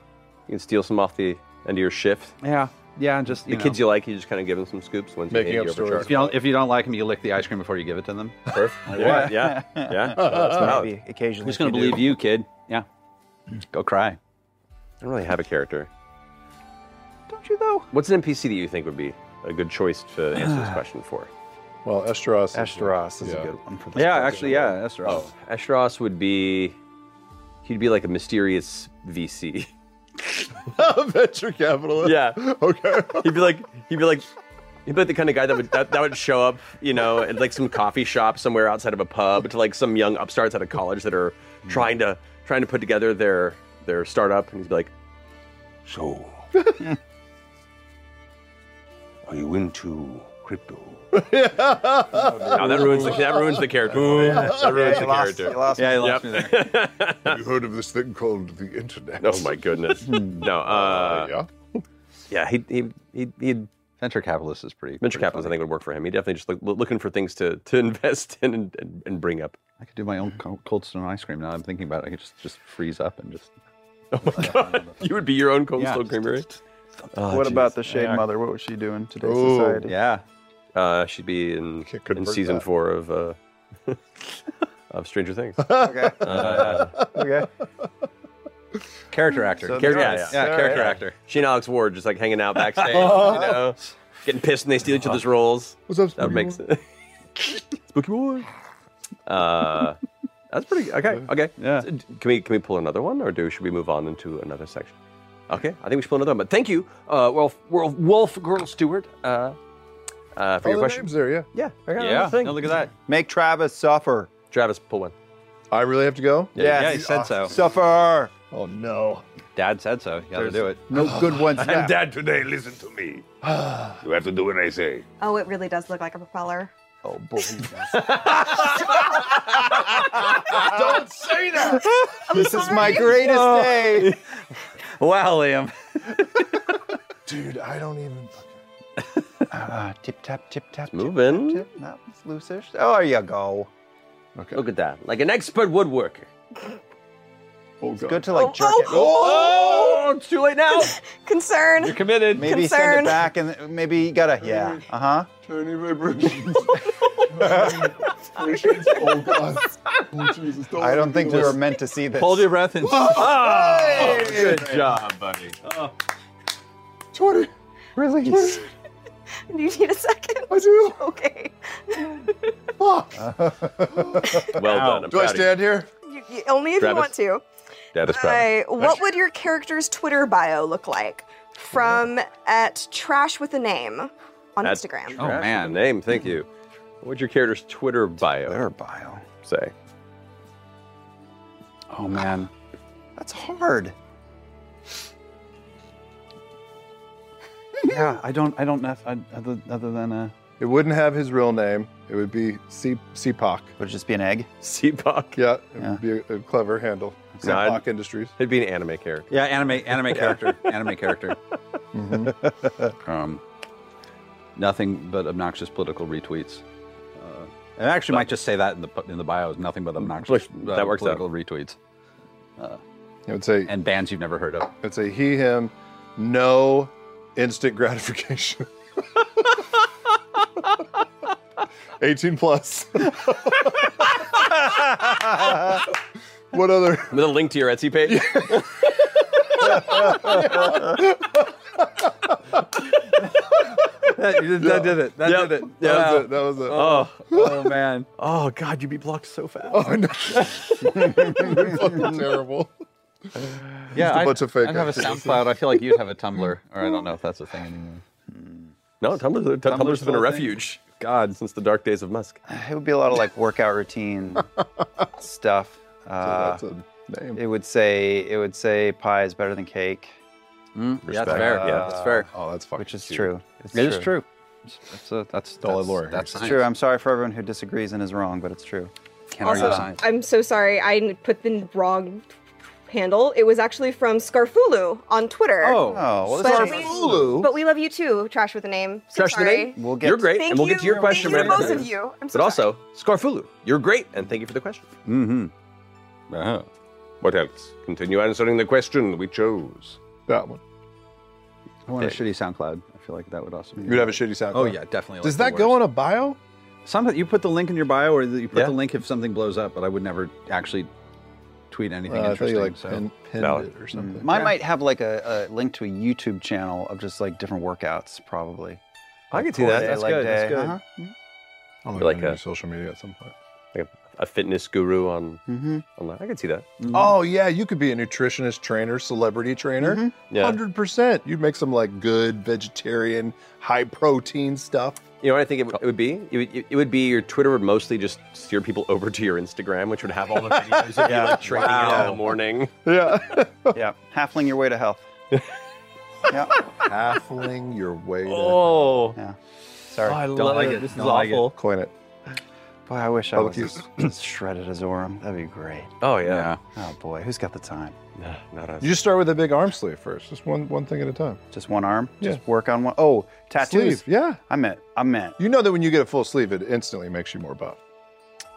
You can steal some off the end of your shift. yeah, yeah. and Just The kids you like, you just kind of give them some scoops. Once Making you up hand you stories. if you don't if you don't like them, you lick the ice cream before you give it to them. Over charge. yeah, yeah, yeah. That's valid. Maybe occasionally. Who's if gonna you do. believe you, kid? Yeah, go cry. I don't really have a character. Don't you though? What's an NPC that you think would be a good choice to answer this question for? Well, Esteros. is- Ashtaroth is Yeah. a good one for Oh. this. Yeah, question. actually, yeah, that's right. Ashros Oh, would be. He'd be like a mysterious VC. venture capitalist. Yeah. Okay. He'd be like he'd be like he'd be like the kind of guy that would that, that would show up, you know, at like some coffee shop somewhere outside of a pub to like some young upstarts out of college that are trying to trying to put together their their startup and he'd be like, So Are you into crypto? no, that ruins the that ruins the character. That ruins the You lost, you character. lost Yeah, he lost Yep. me there. Have you heard of this thing called the internet? Oh my goodness. No, Uh, uh, yeah. yeah, he he he he'd Venture capitalist is pretty. venture pretty capitalists I funny. think would work for him. He definitely just look, looking for things to, to invest in and, and, and bring up. I could do my own co- cold stone ice cream now. I'm thinking about it. I could just just freeze up and just. You would be your own Cold Yeah. Stone Creamery. what about the They Shade are- Mother? What was she doing in today's Ooh. society? Yeah, Uh, she'd be in, Can't in convert season that. four of uh, of Stranger Things. Okay. Uh, Okay. character actor. So Character- there yeah, it is. yeah. yeah, There character it is. actor. she and Alex Ward just like hanging out backstage, you know, getting pissed when they steal each other's roles. What's up, That would Spooky make sense. Spooky boy. Uh, that's pretty okay. Okay. Yeah. Can we can we pull another one, or do should we move on into another section? Okay, I think we should pull another one. But thank you, uh, Wolf, Wolf, Wolf Girl Stewart, uh, uh, for Oh, your the question. name's there, yeah. Yeah, I got Yeah. another thing. No, look at that. Make Travis suffer. Travis, pull one. I really have to go? Yes. Yeah, he said so. Suffer. Oh, no. Dad said so. You gotta There's do it. No good ones left. Dad today, listen to me. you have to do what I say. Oh, it really does look like a propeller. Oh boy. Don't say that. this is my greatest Oh. day. Wow, Liam. Dude, I don't even. Uh, tip tap tip tap. tip, moving. Tip, tip. No, it's loosish. Oh, There you go. Okay. Look at that, like an expert woodworker. Oh, God. Good to like jerk it. Oh, it's too late now. Concern. You're committed. Maybe send concerned. it back and maybe you gotta. Yeah. Uh huh. Tiny vibrations. Vibrations. oh, God. Oh, Jesus. Don't I don't think we this. were meant to see this. Hold your breath and. Oh, good job, buddy. 20. Release. Do you need a second? I do. Okay. Fuck. Well done. I'm do I proud of you. stand here? You, you, only if Travis? you want to. Dad is proud. Alright, what would your character's Twitter bio look like? From at Trash with a Name on At Instagram. Oh, man. name. Thank you. What'd your character's Twitter bio bio. say? Oh man. That's hard. yeah, I don't. I don't know. if I, other, other than uh, It wouldn't have his real name. It would be C- CPOC. Would it just be an egg? CPOC? Yeah, it would be a, a clever handle. Nod. CPOC Industries. It'd be an anime character. yeah, anime, anime character, anime character. Mm-hmm. um, nothing but obnoxious political retweets. Uh, and I actually might just say that in the in the bio is nothing but obnoxious uh, that works out. political retweets. Uh, I would say and bands you've never heard of. I'd say he, him, no instant gratification. 18 plus. what other? With a link to your Etsy page. that, you did- that did it. That Yep. did it. That was Wow. it. That was it. Oh, oh man. Oh God, you'd be blocked so fast. Oh no. fucking terrible. Yeah, Just a I'd- bunch of fake I'd have a actors. SoundCloud. I feel like you'd have a Tumblr, or I don't know if that's a thing anymore. No, Tumblr, Tumblr's, Tumblr's been a still a thing? refuge. God, since the dark days of Musk. It would be a lot of like workout routine stuff. Uh, that's a name. It would say it would say pie is better than cake. Mm, Uh, yeah, that's fair. yeah, that's fair. Oh, that's fucking Which is cute. true. It's It is true. That's a, that's all that's, I lore. That's Science. true. I'm sorry for everyone who disagrees and is wrong, but it's true. Can't Also, I'm so sorry. I put the wrong handle. It was actually from Scarfulu on Twitter. Oh, well, this But is- we- But we love you too, Trash with a Name. So Trash the sorry. name. We'll get you're great, Thank and we'll get to your you. question Thank you right to after both of this. you. I'm so but also, Scarfulu, you're great, and thank you for the question. Mm-hmm. Uh-huh. What else? Continue answering the question we chose. That one. I want a shitty SoundCloud. I feel like that would also be. You'd have a shitty sound. Oh yeah, definitely. Does that go on a bio? Some you put the link in your bio, or you put Yeah. the link if something blows up. But I would never actually tweet anything Uh, I thought interesting. you like so. pin, pinned Valid. it or something. Mine might have like a, a link to a YouTube channel of just like different workouts, probably. I can see Core that. day, That's leg good. That's day. good. Uh-huh. I'll look You're like into a- social media at some point. Like a, a fitness guru on Mhm. online. I can see that. Oh yeah, you could be a nutritionist, trainer, celebrity trainer. Yeah. Hundred percent. You'd make some like good vegetarian, high protein stuff. You know what I think it, would- it would be? It would, it would be your Twitter would mostly just steer people over to your Instagram, which would have all the videos of you like, training in the morning. Yeah. yeah, halfling your way to health. yeah, Halfling your way to Oh, yeah. Sorry. I Don't love like it. it. This is Don't like it. awful. coin it. Boy, I wish I Public was as, as shredded as Orem. That'd be great. Oh Yeah. yeah. Oh boy, who's got the time? Nah, not us. You just start with a big arm sleeve first. Just one one thing at a time. Just one arm. Just Yeah. work on one. Oh, tattoos. Sleeve, yeah. I meant. I meant. You know that when you get a full sleeve, it instantly makes you more buff.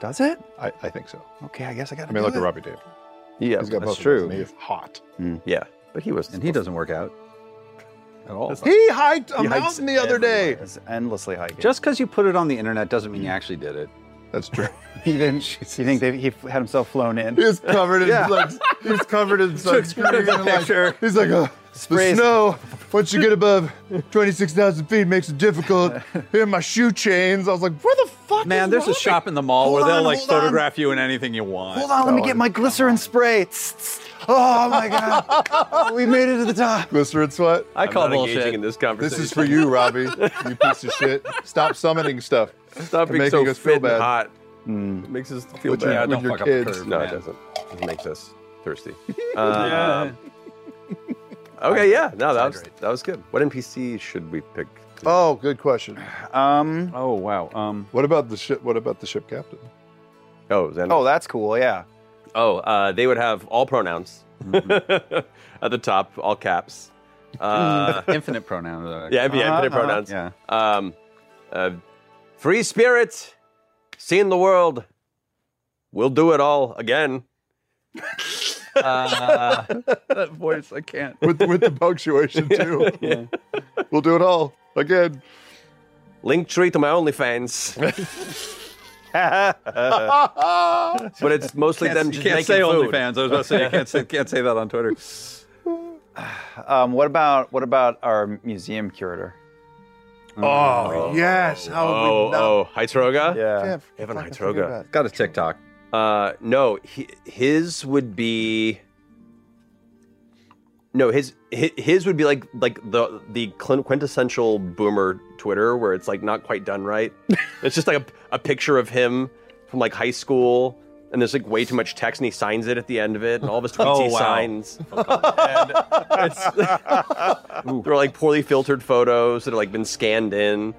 Does it? I, I think so. Okay, I guess I got. I mean, look at Robbie David. Yeah, He's got that's both true. Of those and he's hot. Yeah, but he was. And he doesn't work out at all. He hiked a He hikes mountain the other day. It's endlessly hiking. Just because you put it on the internet doesn't mean you actually did it. That's true. he didn't. You think they, he f- had himself flown in? He was covered in Yeah. like he was covered in sunscreen. and, like, picture. He's like a Sprays- The snow, once you get above 26,000 feet, makes it difficult. Here are my shoe chains. I was like, where the fuck Man, is there's a Robbie? shop in the mall Hold where they'll on, like hold on. photograph you in anything you want. Hold on, let me get my glycerin spray. Tss, tss. Oh my god, we made it to the top. Glycerin sweat. I call call bullshit. engaging in this conversation. This is for you, Robbie. You piece of shit. Stop summoning stuff. Stop and being making so us fit feel and bad. hot. It makes us feel With your- bad. with don't your fuck up the kids. curve. no, it man. doesn't. It makes us thirsty. Yeah. Um, Okay, yeah. No, that was, Hydrate. that was good. What NPC should we pick? Oh, good question. Um, Oh wow. Um. What about the ship? What about the ship captain? Oh, Xander. oh, that's cool. Yeah, Oh, uh, they would have all pronouns Mm-hmm. at the top, all caps. Uh, Infinite pronoun. uh, yeah, it'd be Uh-huh, infinite uh-huh. pronouns. Yeah. Um, uh, free spirit, seen the world. We'll do it all again. uh, that voice. I can't. With with the punctuation too. We'll do it all again. link tree to my OnlyFans, but it's mostly them you just can't making say food. OnlyFans. I was about to say you can't say, can't say that on Twitter. Um, what about what about our museum curator? Oh, yes. How would Oh, we not? oh, Hytroga. Yeah. Evan fucking Hitroga. forget about it. Got a TikTok. Uh, no, he, his would be. No, his, his his would be like like the the clin- quintessential boomer Twitter where it's like not quite done right. it's just like a, a picture of him from like high school and there's like way too much text, and he signs it at the end of it, and all of his tweets Oh, he wow. signs. And it's, they're like poorly filtered photos that have like been scanned in,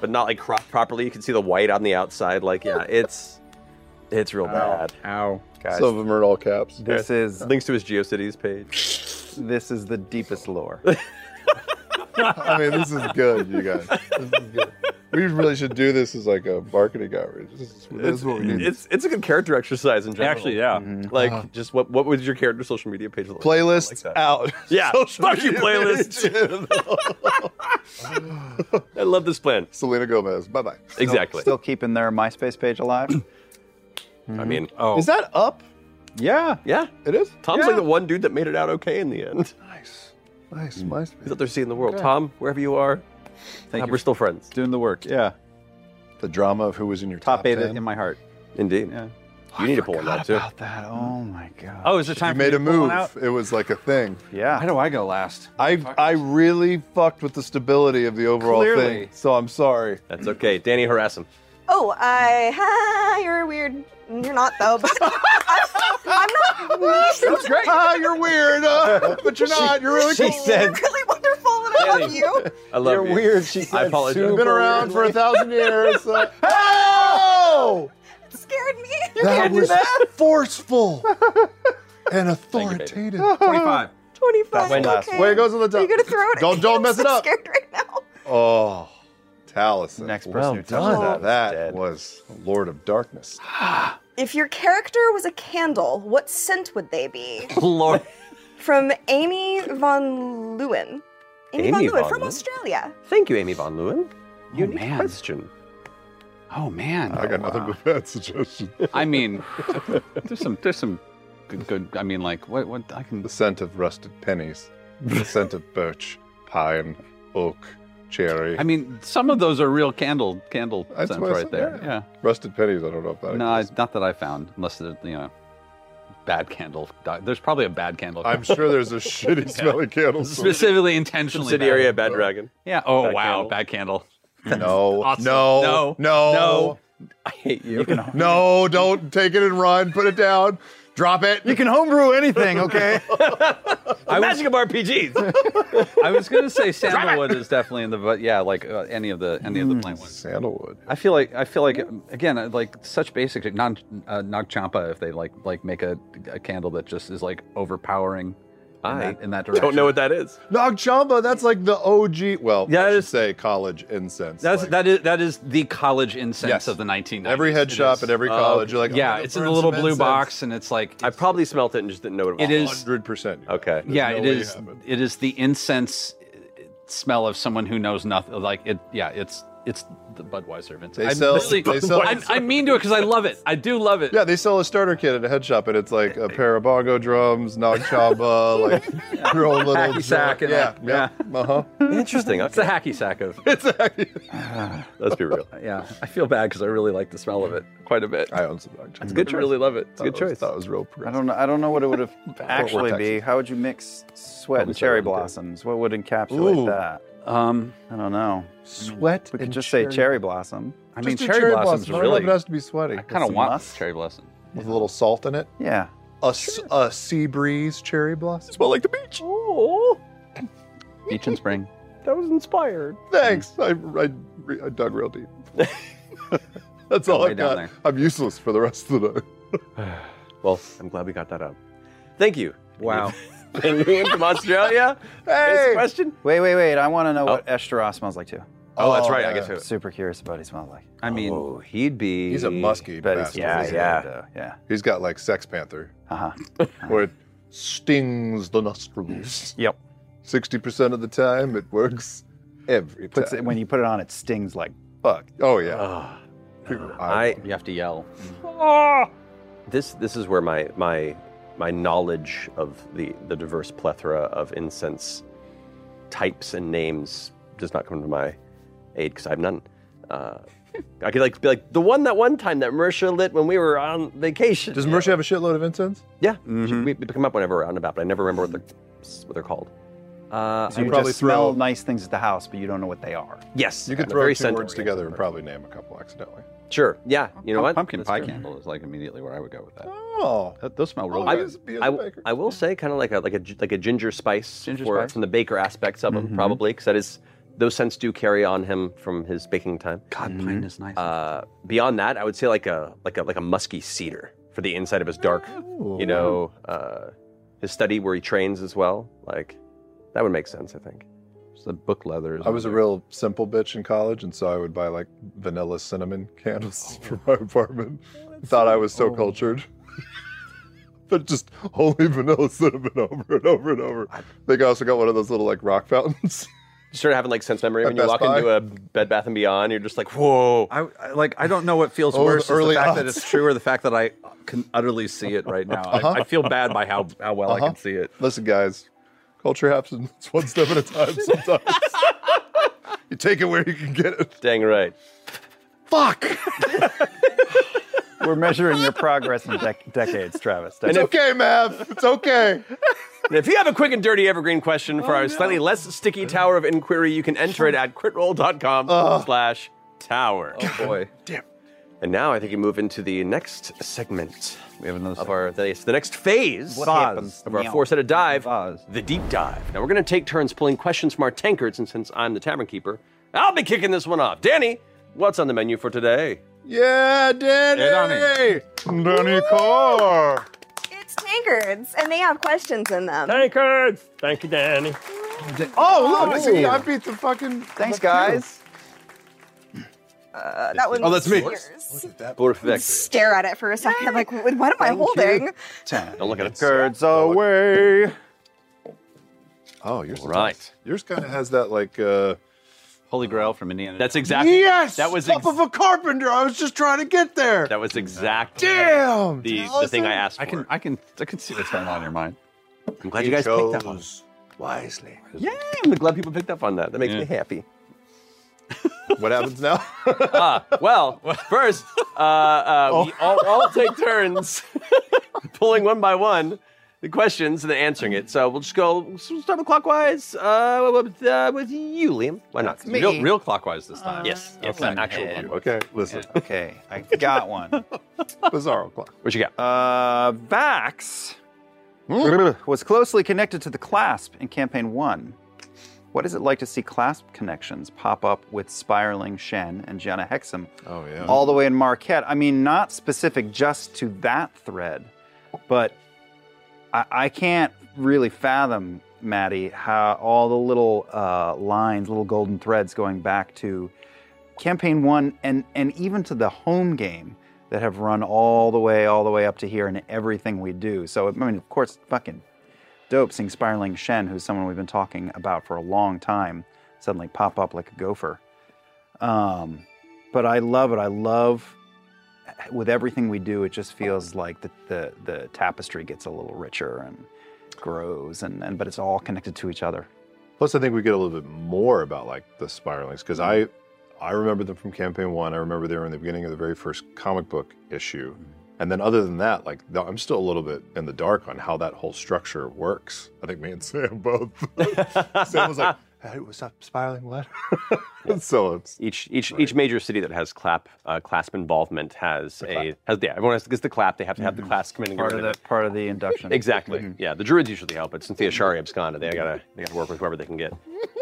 but not like cropped properly. You can see the white on the outside. Like, yeah, it's it's real bad. How Guys. Some of them are all caps. This is links to his GeoCities page. This is the deepest lore. I mean, this is good, you guys. This is good. We really should do this as like a marketing outreach. This is, this is what we need. It's it's a good character exercise in general. Actually, yeah. Mhm. Like, Uh-huh. just what what would your character social media page look like? Playlists out. Yeah, Social fuck you, media playlists. I love this plan. Selena Gomez. Bye bye. Still, still keeping their MySpace page alive. Mm-hmm. I mean, oh. Is that up? Yeah. Yeah. It is? Tom's Yeah. like the one dude that made it out okay in the end. Nice. MySpace. He's out there seeing the world. Okay. Tom, wherever you are, Thank uh, we're still friends. Doing the work, yeah. The drama of who was in your top, eight 10. in my heart. Indeed. Yeah. You need to pull one out too. that. Oh my god. Oh, is it time You for made me to a pull one move. out? It was like a thing. Yeah. Why do I go last? I I really fucked with the stability of the overall Clearly. thing, so I'm sorry. That's okay. Danny, harass him. Oh, I. Ha, you're weird. You're not though. But I'm not weird. That's great. Ah, you're weird, uh, but you're not. You're really She cool. said- You're really wonderful, and I love you. I love You're you. weird, she I said, apologize. super You've been around for a thousand years. so- oh! It scared me. That was forceful and authoritative. 25. 25. That went last. okay. Wait, it goes on the top. Are you gonna throw it? Don't- don't I'm mess so it up. Scared right now. Oh, Taliesin. Next person well who touches done. that was Lord of Darkness. If your character was a candle, what scent would they be? Lord. From Amy von Leeuwen. Amy, von Amy Leeuwen von from Leeuwen? Australia. Thank you, Amy von Leeuwen. You man. question. Oh man. I got nothing but that suggestion. I mean, there's some there's some good good. I mean, like what what I can. The scent of rusted pennies, the scent of birch, pine, oak, cherry. I mean, some of those are real candle candle That's scents what I right said, there. yeah. Yeah. rusted pennies. I don't know if that. No, it's not that I found, unless they're you know bad candle. There's probably a bad candle. I'm sure there's a shitty smelling candle. Specifically, intentionally. City bad. area, bad dragon. Yeah. Oh Bad wow, candle. bad candle. No, Awesome. no, no, Oh, no, no. I hate you. No, don't take it and run. Put it down. Drop it. You can homebrew anything, okay? The magic of RPGs. I was gonna say sandalwood is definitely in the but yeah, like uh, any of the any of the plant ones. Sandalwood. I feel like I feel like again uh, like such basic like non uh, Nag Champa if they like like make a, a candle that just is like overpowering. I in that, in that don't direction. know what that is. Nag Chamba, that's like the OG. Well, yeah, I should say college incense. That's like, that is that is the college incense Yes. of the 1990s. Every head It shop is. at every Uh, college, you're like, "Oh, I'm yeah, gonna it's in burn the little some blue incense. box, and it's like I probably smelt it and just didn't know what it It was. is- 100%. Okay. yeah, no it way it is. It is the incense smell of someone who knows nothing. Like it, yeah, it's it's the Budweiser incense. They I sell- really- they sell- I'm- I mean to it because I love it. I do love it. Yeah, they sell a starter kit at a head shop, and it's like a pair of bongo drums, Nag Chamba, like your own little Hacky sack drum. and Yeah, all. Yeah. Uh huh. Interesting. It's a hacky sack of. It's actually Let's be real. Yeah, I feel bad because I really like the smell of it quite a bit. I own some Nag Chamba. It's good to really love it. It's a good choice. That was real. I don't know. I don't know what it would have actually Texas. be. How would you mix sweat Probably and cherry something like that. blossoms? What would encapsulate Ooh. that? Um, I don't know. Sweat. We could and just say cherry- cherry blossom. I Just mean, do cherry, blossoms, I are don't know really. if it has to be sweaty. I kind of Some want musk. cherry blossom. with a little salt in it. Yeah. A, s- a sea breeze cherry blossom. Smell like the beach. Oh, Beach and spring. that was inspired. Thanks. I, I, re- I dug real deep. That's all way I down got. there. I'm useless for the rest of the night. Well, I'm glad we got that out. Thank you. Wow. Penguin from Australia. Hey. question. Wait, wait, wait. I want to Oh. know what Eshtaroth smells like too. Oh, that's right. I guess Uh, I'm it- super curious about what he smells like. I mean, Oh, he'd be. He's a musky bet it's bastard. yeah, isn't yeah, he? yeah, He's got like Sex Panther, Uh-huh. where it stings the nostrils. Yep. 60% of the time, it works every Puts time. it when you put it on, it stings like fuck. oh, yeah. I. You have to yell. This this is where my my my knowledge of the the diverse plethora of incense types and names does not come to my aid because I have none. Uh, I could like be like the one that one time that Mercia lit when we were on vacation. Does mm-hmm. Mercia have a shitload of incense? Yeah, we we pick them up whenever we're out and about, but I never remember what they're what they're called. Uh, So you probably smell nice things at the house, but you don't know what they are. Yes, you could throw two words together and probably name a couple accidentally. Sure. Yeah. You know what? Pumpkin That's pie true. candle is like immediately where I would go with that. Oh, that, those smell real I, good. I- I will say kind of like a like a gi- like a ginger spice, for- spice? from the baker aspects of him Mhm. probably because that is those scents do carry on him from his baking time. God, Mm-hmm. pine is nice. Uh, beyond that, I would say like a like a like a musky cedar for the inside of his dark, you know, uh, his study where he trains as well. Like that would make sense, I think. It's the book leather. I was a real simple bitch in college, and so I would buy like vanilla cinnamon candles for my apartment. Thought I was so cultured. but just only vanilla cinnamon over and over and over. I think I also got one of those little like rock fountains. You start having like sense memory At when you Best walk Buy? into a Bed Bath and Beyond. You're just like, whoa. I, I like. I don't know what feels Oh, worse: the is early the fact that odds. it's true, or the fact that I can utterly see it right now. Uh-huh. I, I feel bad by how how well I Uh-huh. can see it. Listen, guys, culture happens one step at a time sometimes. you take it where you can get it. Dang right. Fuck! We're measuring your progress in dec- decades, Travis. It's okay, Mav. It's okay. And if you have a quick and dirty evergreen question Oh, for our slightly less Uh-huh. sticky tower of inquiry, you can enter it at critroll.com slash tower. Oh boy. Uh. Damn. And now I think we move into the next segment. We have another of our the, the next phase What happens of our now? four set of dive, the deep dive. Now we're gonna take turns pulling questions from our tankards, and since I'm the tavern keeper, I'll be kicking this one off. Danny, what's on the menu for today? Yeah, Danny. Hey, Danny Carr. It's tankards, and they have questions in them. Tankards. Thank you, Danny. Oh, look, see, Oh. I beat the fucking. Thanks, guys. Uh, that one. Oh, that's me. Look at that. Perfect. Stare at it for a second. Like, what what am I holding? Don't look at it. Curds away. Oh, yours is right. Yours kind of has that like uh, Holy Grail from Indiana. That's exactly Yes! that was Up of a carpenter. I was just trying to get there. that was exactly Damn. the, the thing I asked for. I can I can I can see what's going on in your mind. I'm glad you, guys picked up on it. wisely. Yeah, I'm glad people picked up on that. That makes me happy. What happens now? Ah, well, first, uh, uh, we Oh. all, all take turns pulling one by one the questions and then answering it. So we'll just go we'll start with clockwise uh, with, uh, with you, Liam. Why not? That's me. Real- real clockwise this time. yes, yes, Okay. an actual Yeah. clockwise. Okay, listen. Okay, I got one. Bizarro clock. What you got? Uh, Vax Hmm? was closely connected to the clasp in campaign one. What is it like to see clasp connections pop up with Spiraling Shen and Gianna Hexam Oh yeah. all the way in Marquette? I mean, not specific just to that thread, but I, I can't really fathom, Maddie, how all the little uh, lines, little golden threads going back to campaign one and and even to the home game that have run all the way all the way up to here in everything we do so i mean of course fucking dope seeing spiraling shen who's someone we've been talking about for a long time suddenly pop up like a gopher um, but i love it i love with everything we do it just feels like the, the, the tapestry gets a little richer and grows and, and but it's all connected to each other Plus, I think we get a little bit more about like the spiralings because I, I remember them from campaign one. I remember they were in the beginning of the very first comic book issue, and then other than that, like th- I'm still a little bit in the dark on how that whole structure works. I think me and Sam both. Sam was like, hey, "What's up, spiraling? What?" so it's Each each each major city that has clap uh, clasp involvement has a has yeah everyone has gets the clap they have to have the clasp come in and get Mm-hmm. part of rid the it. part of the induction Mm-hmm. Exactly. Yeah, the druids usually help, but since the Ashari absconded, they gotta they gotta work with whoever they can get.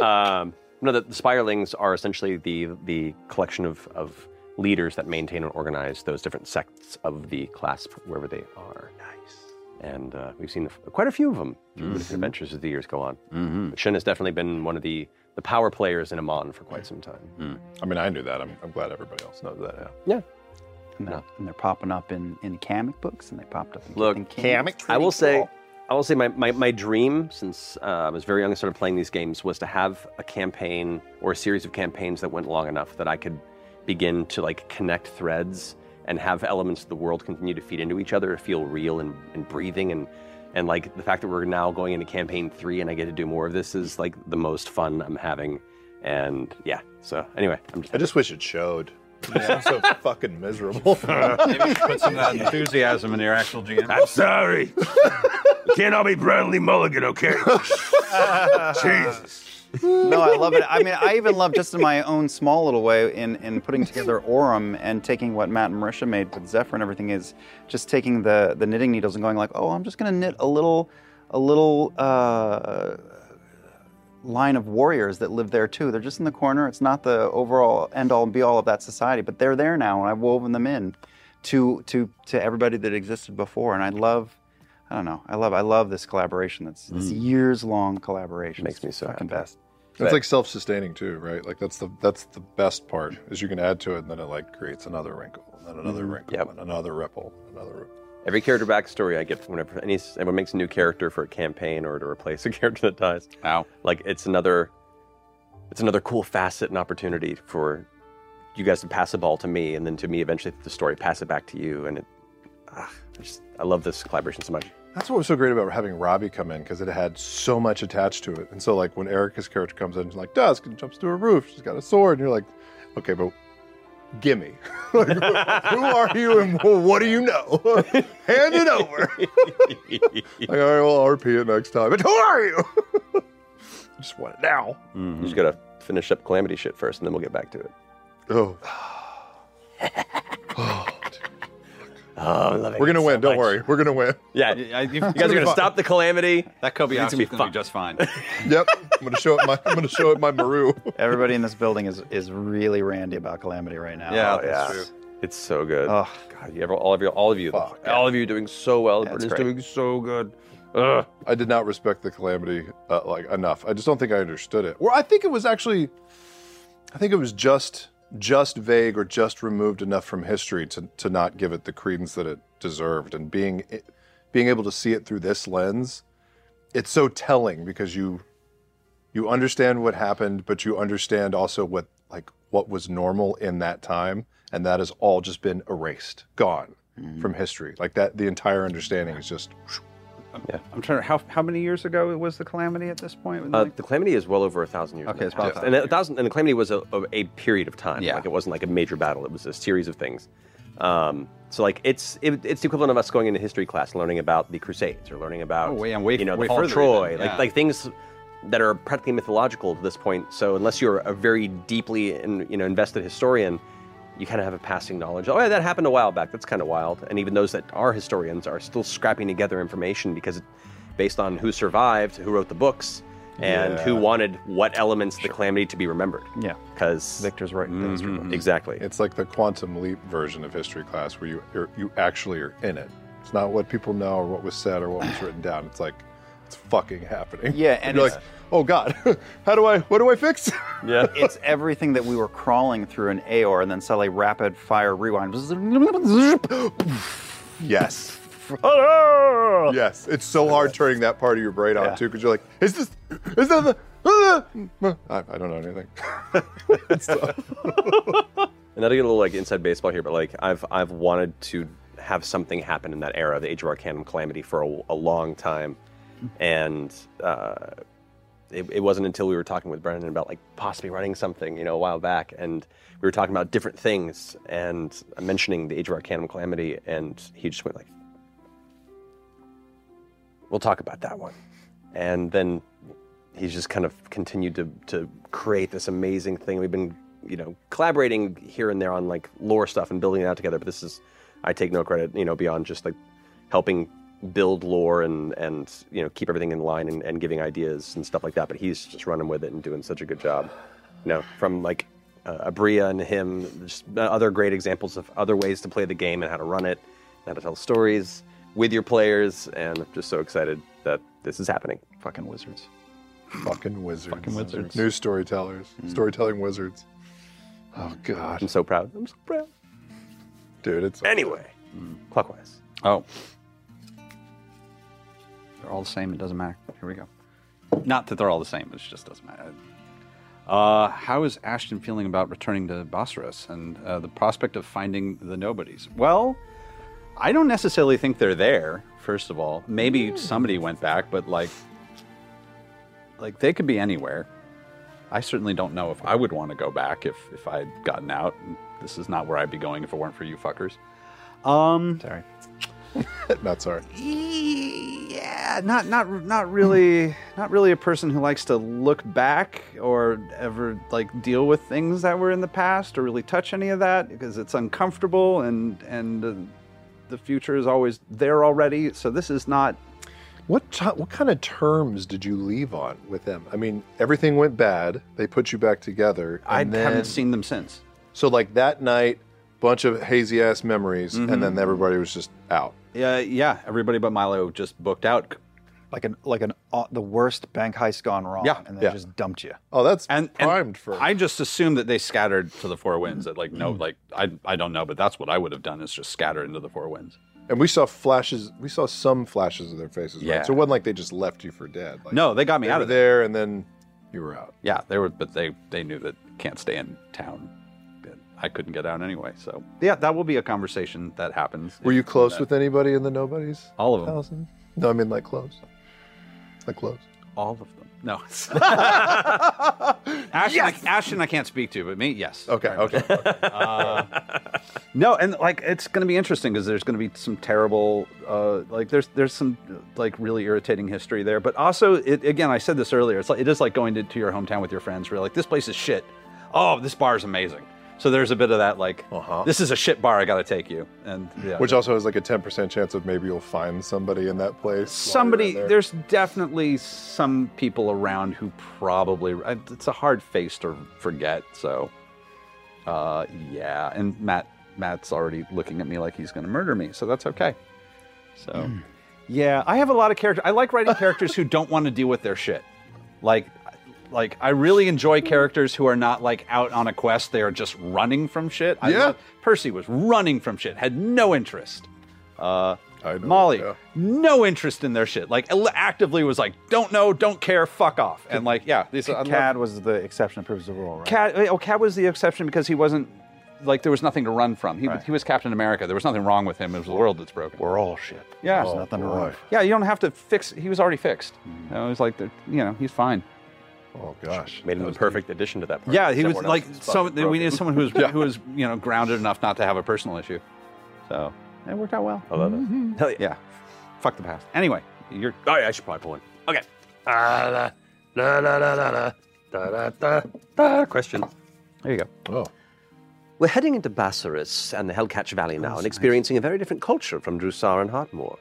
Um, no, the, the Spirelings are essentially the the collection of, of leaders that maintain and organize those different sects of the clasp wherever they are. Nice. And uh, we've seen quite a few of them through the different adventures as the years go on. But Shin has definitely been one of the the power players in Amon for quite some time. Mm. I mean, I knew that. I'm, I'm glad everybody else knows that now. and they're, and they're popping up in, in comic books, and they popped up in Look, in comic. I will say, I will say, my, my, my dream since uh, I was very young and started playing these games was to have a campaign or a series of campaigns that went long enough that I could begin to like connect threads and have elements of the world continue to feed into each other, feel real and, and breathing and and like the fact that we're now going into campaign three and I get to do more of this is like the most fun I'm having. And yeah, so anyway, I'm just I just wish it showed. I'm so fucking miserable. Maybe put some of that enthusiasm in your actual GM. I'm sorry. You can't all be Brownlee Mulligan, okay? Jesus. no, I love it. I mean, I even love just in my own small little way in, in putting together Orem and taking what Matt and Marisha made with Zephyr and everything is just taking the the knitting needles and going like, oh, I'm just gonna knit a little a little uh, line of warriors that live there too. They're just in the corner. It's not the overall end all and be all of that society, but they're there now, and I've woven them in to to to everybody that existed before. And I love. I don't know. I love. I love this collaboration. That's this Mm. years long collaboration. Makes me so fucking best. It's like self-sustaining too, right? Like that's the that's the best part is you can add to it, and then it like creates another wrinkle, and then another Mm-hmm. Mhm. wrinkle, and another ripple, another ripple. Every character backstory I get from whenever any, anyone makes a new character for a campaign or to replace a character that dies. Wow. Like it's another it's another cool facet and opportunity for you guys to pass the ball to me and then to me eventually through the story pass it back to you and it ah, I just I love this collaboration so much. That's what was so great about having Robbie come in because it had so much attached to it. And so, like, when Erica's character comes in, she's like, Dusk and jumps through a roof. She's got a sword. And you're like, okay, but gimme. like, who are you and what do you know? Hand it over. like, all right, we'll RP it next time. But who are you? Just want it now. You just gotta finish up calamity shit first and then we'll get back to it. Oh. Oh, I'm loving We're it going to so win. Don't much. worry. We're going to win. Yeah, you guys are gonna stop the calamity. That Kobe It's is gonna be going to be just fine. yep. I'm gonna show it my I'm gonna show it my Maru. Everybody in this building is is really randy about calamity right now. Oh, Yeah, that's true. Oh, It's so good. Ugh. God, you ever, all of you, all of you, all of you doing so well. Britain's great. doing so good. I did not respect the calamity uh, like enough. I just don't think I understood it. Or I think it was actually, I think it was just just vague or just removed enough from history to to not give it the credence that it deserved. And being being able to see it through this lens, it's so telling because you you understand what happened, but you understand also what like what was normal in that time, and that has all just been erased, gone from history. Like that, the entire understanding is just yeah. I'm trying to. How, how many years ago was the calamity at this point? Uh, the calamity is well over a thousand years. Okay, in the it's about a past. and a thousand. And the calamity was a, a, a period of time. Yeah. like it wasn't like a major battle. It was a series of things. Um, so like it's it, it's the equivalent of us going into history class and learning about the Crusades or learning about Oh, way- and way- you know way the fall of further Troy, even, yeah. like like things that are practically mythological to this point. So unless you're a very deeply in, you know invested historian, you kind of have a passing knowledge. Oh yeah, that happened a while back. That's kind of wild. And even those that are historians are still scrapping together information because it, based on who survived, who wrote the books, and Yeah. who wanted what elements of the calamity to be remembered. Yeah, because Victor's right. mm-hmm. Exactly. It's like the quantum leap version of history class where you you're, you actually are in it. It's not what people know or what was said or what was written down. It's like it's fucking happening. Yeah, and you're it's- like, oh god, how do I? What do I fix? Yeah. it's everything that we were crawling through in Aor and then suddenly rapid fire rewind. yes. yes, it's so hard turning that part of your brain on too, because you're like, is this, is that the, I, I don't know anything. And that'll get a little like inside baseball here, but like I've I've wanted to have something happen in that era, the Age of Arcanum Calamity, for a, a long time, and uh, it, it wasn't until we were talking with Brendan about like possibly running something, you know, a while back, and we were talking about different things and mentioning the Age of Arcanum Calamity, and he just went like, "We'll talk about that one," and then he's just kind of continued to to create this amazing thing. We've been you know collaborating here and there on like lore stuff and building it out together. But this is I take no credit you know beyond just like helping build lore and and you know keep everything in line and, and giving ideas and stuff like that. But he's just running with it and doing such a good job. You know from like uh, Abria and him, just uh, other great examples of other ways to play the game and how to run it, and how to tell stories with your players, and I'm just so excited that this is happening. Fucking wizards. Fucking wizards. Fucking wizards. New storytellers. Hmm. Storytelling wizards. Oh god. I'm so proud. I'm so proud. Dude, it's anyway. Clockwise. Oh. They're all the same. It doesn't matter. Here we go. Not that they're all the same. It just doesn't matter. Uh, how is Ashton feeling about returning to Bosphorus and uh, the prospect of finding the nobodies? Well, I don't necessarily think they're there. First of all, maybe somebody went back, but like, like they could be anywhere. I certainly don't know if I would want to go back if if I had gotten out. This is not where I'd be going if it weren't for you fuckers. Um, sorry. not sorry. Yeah, not not not really not really a person who likes to look back or ever like deal with things that were in the past or really touch any of that because it's uncomfortable and and uh, the future is always there already. So this is not What t- what kind of terms did you leave on with them? I mean, everything went bad. They put you back together. I and haven't then- seen them since. So like that night, bunch of hazy ass memories, and Mm-hmm. then everybody was just out. Yeah, yeah. Everybody but Milo just booked out. Like an like an uh, the worst bank heist gone wrong. Yeah. and they Yeah. just dumped you. Oh, that's and, primed for. I just assumed that they scattered to the four winds. That like Hmm. no, like I I don't know, but that's what I would have done is just scatter into the four winds. And we saw flashes. We saw some flashes of their faces. Yeah. Right? So it wasn't like they just left you for dead. Like, no, they got me they out were of there, and then you were out. Yeah, they were, but they they knew that can't stay in town. But I couldn't get out anyway. So yeah, that will be a conversation that happens. Were you close with anybody in the nobodies? All of them. Allison? No, I mean like close. Like close. All of them. No. Ashton, I, Ashton, I can't speak to, but me, yes. Okay, okay. Uh, no, and like it's going to be interesting because there's going to be some terrible, uh, like there's there's some like really irritating history there, but also it, again, I said this earlier. It's like it is like going to, to your hometown with your friends. Where you're like this place is shit. Oh, this bar is amazing. So there's a bit of that like this is a shit bar. I got to take you, and yeah. Which also has like a ten percent chance of maybe you'll find somebody in that place. somebody there's definitely some people around who probably it's a hard face to forget so uh yeah and matt matt's already looking at me like he's gonna murder me so that's okay so yeah i have a lot of characters i like writing characters who don't want to deal with their shit like like i really enjoy characters who are not like out on a quest they are just running from shit I Yeah. love- percy was running from shit had no interest uh, Molly, no interest in their shit. Like el- actively was like, don't know, don't care, fuck off. And like, yeah, these I love- Cad was the exception that proves the rule, right? Cad, oh, Cad was the exception because he wasn't like there was nothing to run from. He, he was Captain America. There was nothing wrong with him. It was the world that's broken. We're all shit. Yeah, There's nothing Mm-hmm. to run from. Yeah, you don't have to fix. He was already fixed. You know, it was like, the, you know, he's fine. Oh gosh, made him the perfect addition to that. party. Yeah, he was Everyone like else is so. fucking We needed broken. someone who was who was you know grounded enough not to have a personal issue. So it worked out well. Oh. I love it. mm-hmm. Hell yeah. Fuck the past. Anyway, you're. Oh yeah, I should probably pull in. Okay. Uh, Da, da, da, da, da, da, da, da. question. There you go. Oh. We're heading into Bassaris and the Hellcatch Valley now and experiencing a very different culture from Drusar and Hartmoor.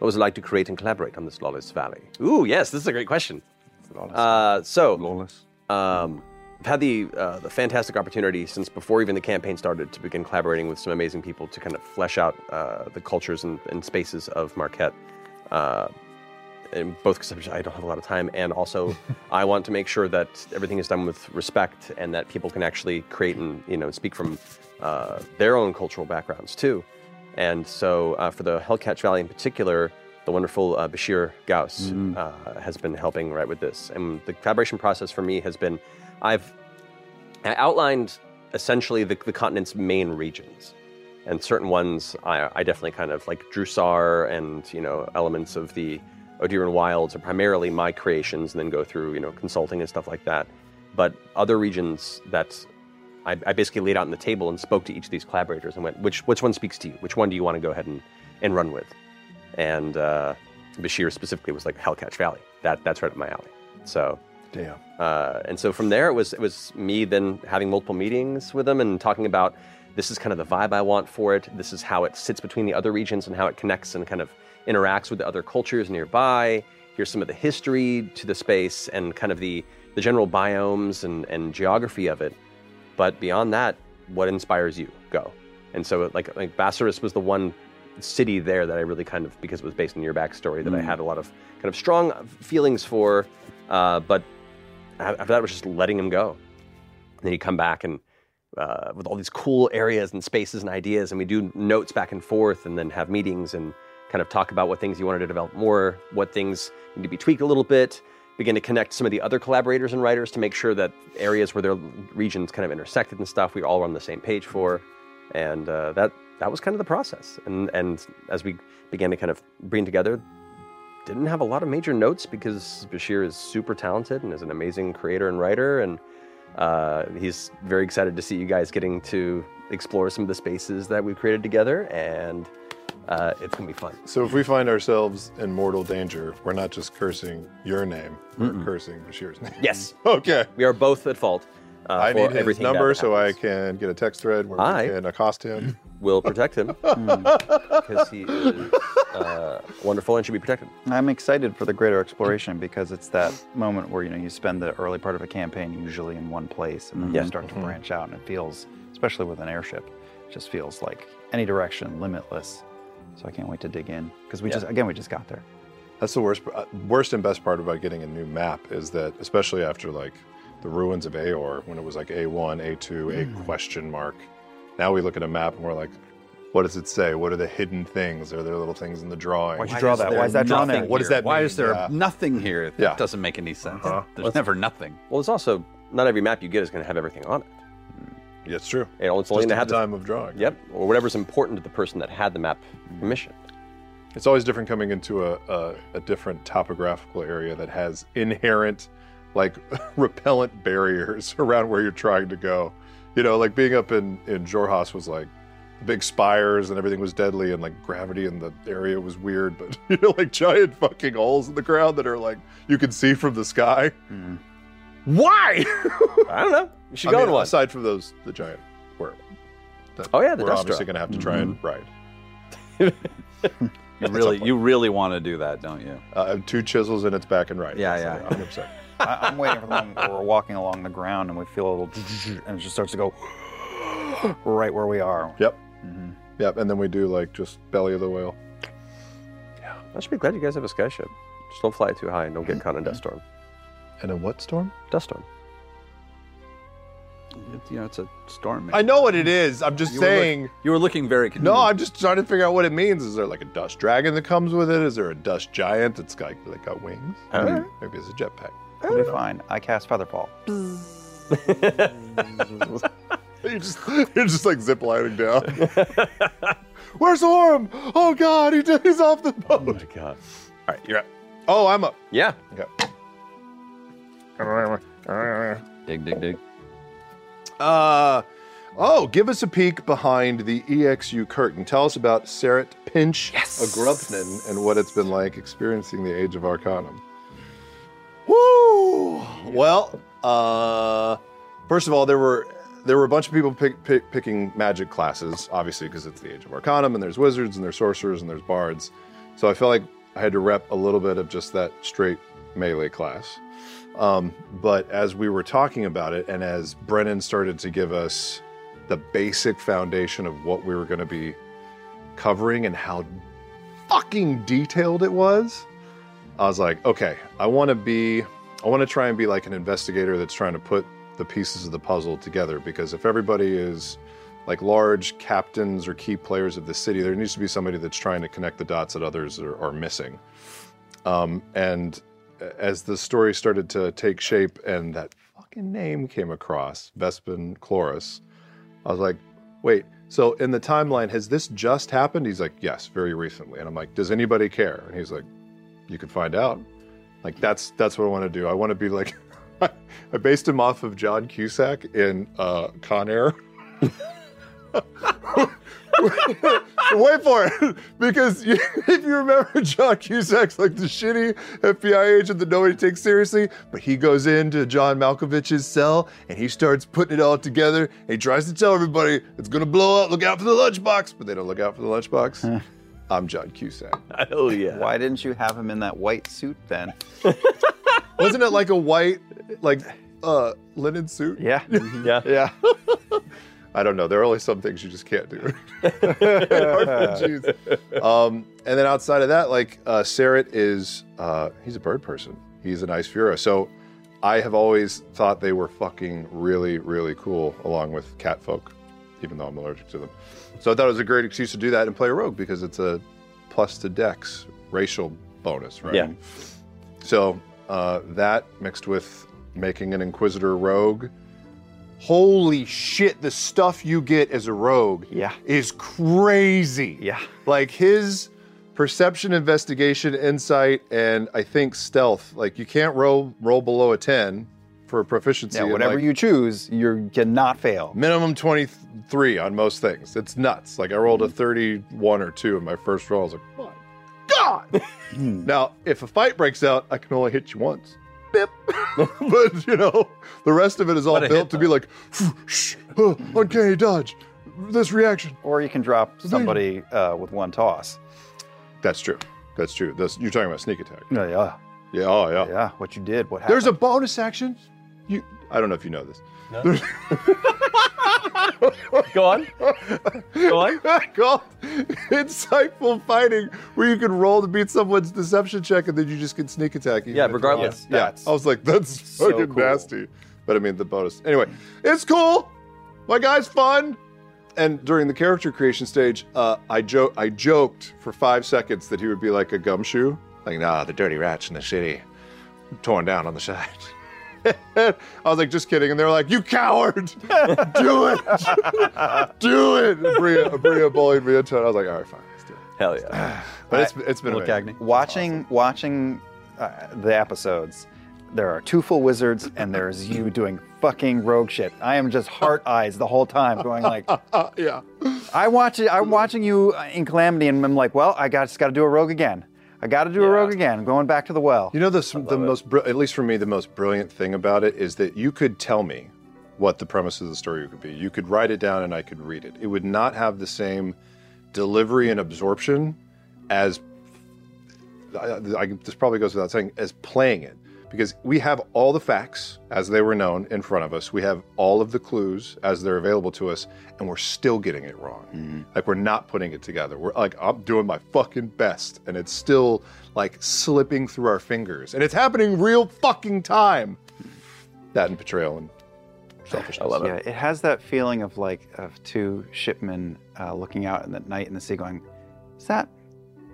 What was it like to create and collaborate on this lawless valley? Ooh, yes, this is a great question. Uh, so, lawless. Um, I've had the, uh, the fantastic opportunity since before even the campaign started to begin collaborating with some amazing people to kind of flesh out uh, the cultures and, and spaces of Marquette. Uh, in both because I don't have a lot of time, and also I want to make sure that everything is done with respect and that people can actually create and you know speak from uh, their own cultural backgrounds too. And so uh, for the Hellcatch Valley in particular, the wonderful uh, Bashir Gauss Mhm. uh, has been helping right with this, and the collaboration process for me has been I've I outlined essentially the, the continent's main regions. And certain ones I, I definitely kind of like Drusar and, you know, elements of the Odiran Wilds are primarily my creations and then go through, you know, consulting and stuff like that. But other regions that I, I basically laid out on the table and spoke to each of these collaborators and went, which, which one speaks to you? Which one do you want to go ahead and, and run with? And uh, Bashir specifically was like Hellcatch Valley. That, that's right up my alley. So Damn. uh, and so from there, it was it was me then having multiple meetings with them and talking about this is kind of the vibe I want for it. This is how it sits between the other regions and how it connects and kind of interacts with the other cultures nearby. Here's some of the history to the space and kind of the the general biomes and, and geography of it. But beyond that, what inspires you? Go. And so like like Bassaris was the one city there that I really kind of because it was based on your backstory that I Mm. had a lot of kind of strong feelings for, uh, but after that, it was just letting him go. And then he'd come back and uh, with all these cool areas and spaces and ideas, and we do notes back and forth, and then have meetings and kind of talk about what things you wanted to develop more, what things need to be tweaked a little bit. Begin to connect some of the other collaborators and writers to make sure that areas where their regions kind of intersected and stuff, we were all on the same page for, and uh, that that was kind of the process. And and as we began to kind of bring together didn't have a lot of major notes because Bashir is super talented and is an amazing creator and writer, and Uh, he's very excited to see you guys getting to explore some of the spaces that we've created together, and uh, it's gonna be fun. So if we find ourselves in mortal danger, we're not just cursing your name, we're cursing Bashir's name. Yes. Okay. We are both at fault. Uh, I for need his everything number that so I can get a text thread where I we can accost him. Will protect him because he is uh, wonderful and should be protected. I'm excited for the greater exploration because it's that moment where you know you spend the early part of a campaign usually in one place and then Yeah. you start to Mm-hmm. branch out and it feels, especially with an airship, it just feels like any direction, limitless. So I can't wait to dig in because we Yeah. just again we just got there. That's the worst, uh, worst and best part about getting a new map is that, especially after like the ruins of Aor, when it was like A1, A2, A question mark. Now we look at a map and we're like, what does it say? What are the hidden things? Are there little things in the drawing? Why'd you Why draw is that? Why there is that drawn nothing there? What does here? that mean? Why is there nothing here? Yeah. Doesn't make any sense. There's Well, it's- never nothing. Well, it's also not every map you get is going to have everything on it. Yeah, it's true. You know, it's Just only going at to the have time of drawing. Yep, or whatever's important to the person that had the map commissioned. It's always different coming into a, a, a different topographical area that has inherent, like, repellent barriers around where you're trying to go. You know, like being up in, in Jorhas was like the big spires and everything was deadly and like gravity in the area was weird, but you know, like giant fucking holes in the ground that are like you can see from the sky. Why? I don't know. You should go in one. Aside from those, the giant worm. that Oh, yeah, the Mm-hmm. We're Deathstroke. obviously going to have to try and ride. You really, you really want to do that, don't you? Uh, two chisels in its back and right. Yeah, So, yeah. 100%. I, I'm waiting for the moment where we're walking along the ground and we feel a little and it just starts to go right where we are. Yep. Yep. And then we do like just belly of the whale. I should be glad you guys have a skyship. Just don't fly it too high and don't get caught in a dust storm. And a what storm? Dust storm. It- you know, it's a storm. I know what it is. I'm just You were look- saying. you were looking very confused. No, I'm just trying to figure out what it means. Is there like a dust dragon that comes with it? Is there a dust giant that's got, that got wings? Alright. Maybe it's a jetpack. We'll be fine. I cast Featherfall. You're just, you're just like ziplining down. Where's Orm? Oh God, he did, he's off the boat. Oh my God. All right, you're up. Oh, I'm up. Yeah. Okay. Dig, dig, dig. Uh, oh, give us a peek behind the EXU curtain. Tell us about Seret Pinch Agrubnin and what it's been like experiencing the Age of Arcanum. Woo! Well, uh, first of all, there were there were a bunch of people pick, pick, picking magic classes, obviously because it's the Age of Arcanum, and there's wizards and there's sorcerers and there's bards. So I felt like I had to rep a little bit of just that straight melee class. Um, but as we were talking about it, and as Brennan started to give us the basic foundation of what we were going to be covering and how fucking detailed it was, I was like, okay, I want to be, I want to try and be like an investigator that's trying to put the pieces of the puzzle together because if everybody is like large captains or key players of the city, there needs to be somebody that's trying to connect the dots that others are, are missing. Um, and as the story started to take shape and that fucking name came across, Vespin Chloris, I was like, wait, so in the timeline, has this just happened? He's like, yes, very recently. And I'm like, does anybody care? And he's like, you could find out. Like that's that's what I want to do. I want to be like I based him off of John Cusack in uh Con Air. Wait for it, because you, if you remember, John Cusack's like the shitty FBI agent that nobody takes seriously. But he goes into John Malkovich's cell and he starts putting it all together. And he tries to tell everybody it's gonna blow up. Look out for the lunchbox, but they don't look out for the lunchbox. I'm John Cusack. Oh yeah. Why didn't you have him in that white suit then? Wasn't it like a white, like uh linen suit? Yeah. yeah. Yeah. I don't know. There are only some things you just can't do. in RPGs. Um, and then outside of that, like uh Serret is uh he's a bird person. He's an ice fura. So I have always thought they were fucking really, really cool, along with cat folk, even though I'm allergic to them. So I thought it was a great excuse to do that and play a rogue because it's a plus to dex racial bonus, right? Yeah. So uh, that mixed with making an Inquisitor rogue. Holy shit, the stuff you get as a rogue yeah. is crazy. Yeah. Like his perception, investigation, insight, and I think stealth, like you can't roll roll below a 10 for proficiency. Yeah, in, whatever like, you choose, you cannot fail. Minimum 23 on most things. It's nuts. Like I rolled a 31 or 2 in my first roll. I was like, my God! now, if a fight breaks out, I can only hit you once. Bip. but, you know, the rest of it is all What a hit, built to be like, shh, uh, uncanny dodge, this reaction. Or you can drop somebody uh, with one toss. That's true. That's true. That's, you're talking about sneak attack. Yeah, yeah. Yeah, oh, yeah. Yeah, what you did, what happened. There's a bonus action. You, I don't know if you know this. Go on. Go on. Go on. Insightful fighting where you can roll to beat someone's deception check and then you just get sneak attack. even Yeah, if- regardless. Yeah. Oh, That's I was like, that's so fucking cool. nasty. But I mean, the bonus. Anyway, it's cool. My guy's fun. And during the character creation stage, uh, I, jo- I joked for five seconds that he would be like a gumshoe. Like, nah, the dirty rats in the city, torn down on the side. I was like, just kidding. And they were like, you coward! Do it! do it. Bria, Bria bullied me into it. I was like, all right, fine, let's do it. Hell yeah. But it's, it's been amazing. Watching, watching uh, the episodes, there are two full wizards and there's you doing fucking rogue shit. I am just heart eyes the whole time going like, Uh, yeah. I watch it, I'm watching you in Calamity and I'm like, well, I got, just got to do a rogue again. I got to do a rogue again. Going back to the well. You know, the, the most, br- at least for me, the most brilliant thing about it is that you could tell me what the premise of the story could be. You could write it down and I could read it. It would not have the same delivery and absorption as, I, I, this probably goes without saying, as playing it. Because we have all the facts as they were known in front of us, we have all of the clues as they're available to us, and we're still getting it wrong. Like we're not putting it together. We're like I'm doing my fucking best, and it's still like slipping through our fingers, and it's happening real fucking time. That and betrayal and selfishness. I love Yeah, it has that feeling of like of two shipmen uh, looking out in the night in the sea, going, "Is that?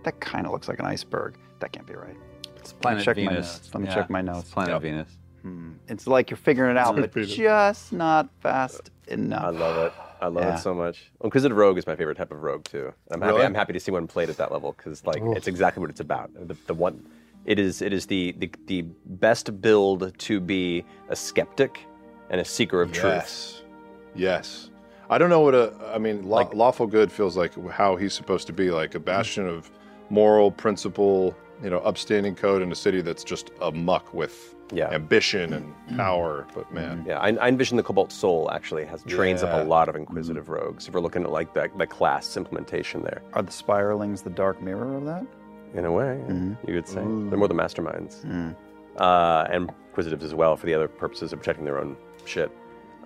That kind of looks like an iceberg. That can't be right." It's Planet check My Venus. notes. Let me Yeah, check my it's notes. Planet Venus. Hmm. It's like you're figuring it out, but just not fast enough. I love it. I love Yeah. it so much. Well, Inquisitive Rogue is my favorite type of rogue too. I'm happy. Really? I'm happy to see one played at that level because like Oof. it's exactly what it's about. The, the one, it is it is the, the the best build to be a skeptic and a seeker of Yes. Yes. I don't know what a. I mean, law, lawful good feels like how he's supposed to be, like a bastion of moral principle, you know, upstanding code in a city that's just a muck with ambition and power. But man, truth. Yeah, I, I envision the Cobalt Soul actually has trains Yeah. Mm-hmm. up a lot of Inquisitive Rogues. If we're looking at like the, the class implementation there, Are the spiralings the dark mirror of that? in a way, yeah, Mm-hmm. you could say they're more the masterminds. Mm. uh, and inquisitives as well for the other purposes of protecting their own shit.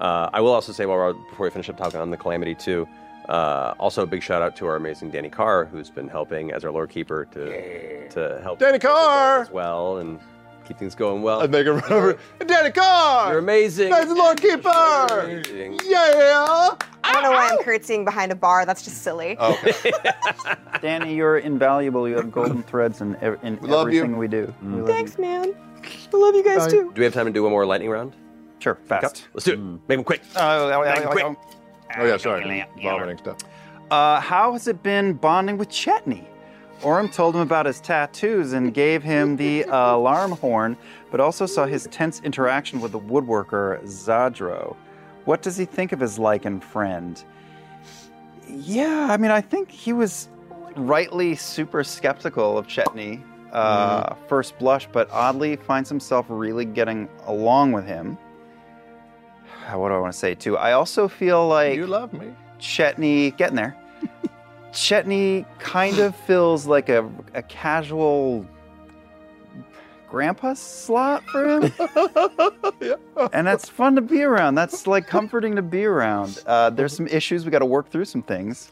Uh, I will also say while we're before we finish up talking on the calamity too. Uh, also, a big shout out to our amazing Danny Carr, who's been helping as our lore keeper to to help Danny Carr as well and keep things going well. I'd make a run over. Danny Carr! You're amazing. Nice Lord Keeper! Yeah! Oh, I don't know why I'm curtsying behind a bar. That's just silly. Danny, you're invaluable. You have golden threads in, ev- in love you. everything we do. Mm. We love Thanks, man. I love you guys too. Do we have time to do one more lightning round? Sure, fast. Let's do it. Make them quick. yeah, Make 'em yeah, quick. Oh, yeah, sorry. Vomiting stuff. Uh, how has it been bonding with Chetney? Orem told him about his tattoos and gave him the uh, alarm horn, but also saw his tense interaction with the woodworker Zadro. What does he think of his lycan friend? Yeah, I mean, I think he was rightly super skeptical of Chetney uh, first blush, but oddly finds himself really getting along with him. What do I want to say too? I also feel like you love me, Chetney. Getting there. Chetney kind of feels like a, a casual grandpa slot for him. And that's fun to be around. That's like comforting to be around. Uh, there's some issues. We got to work through some things.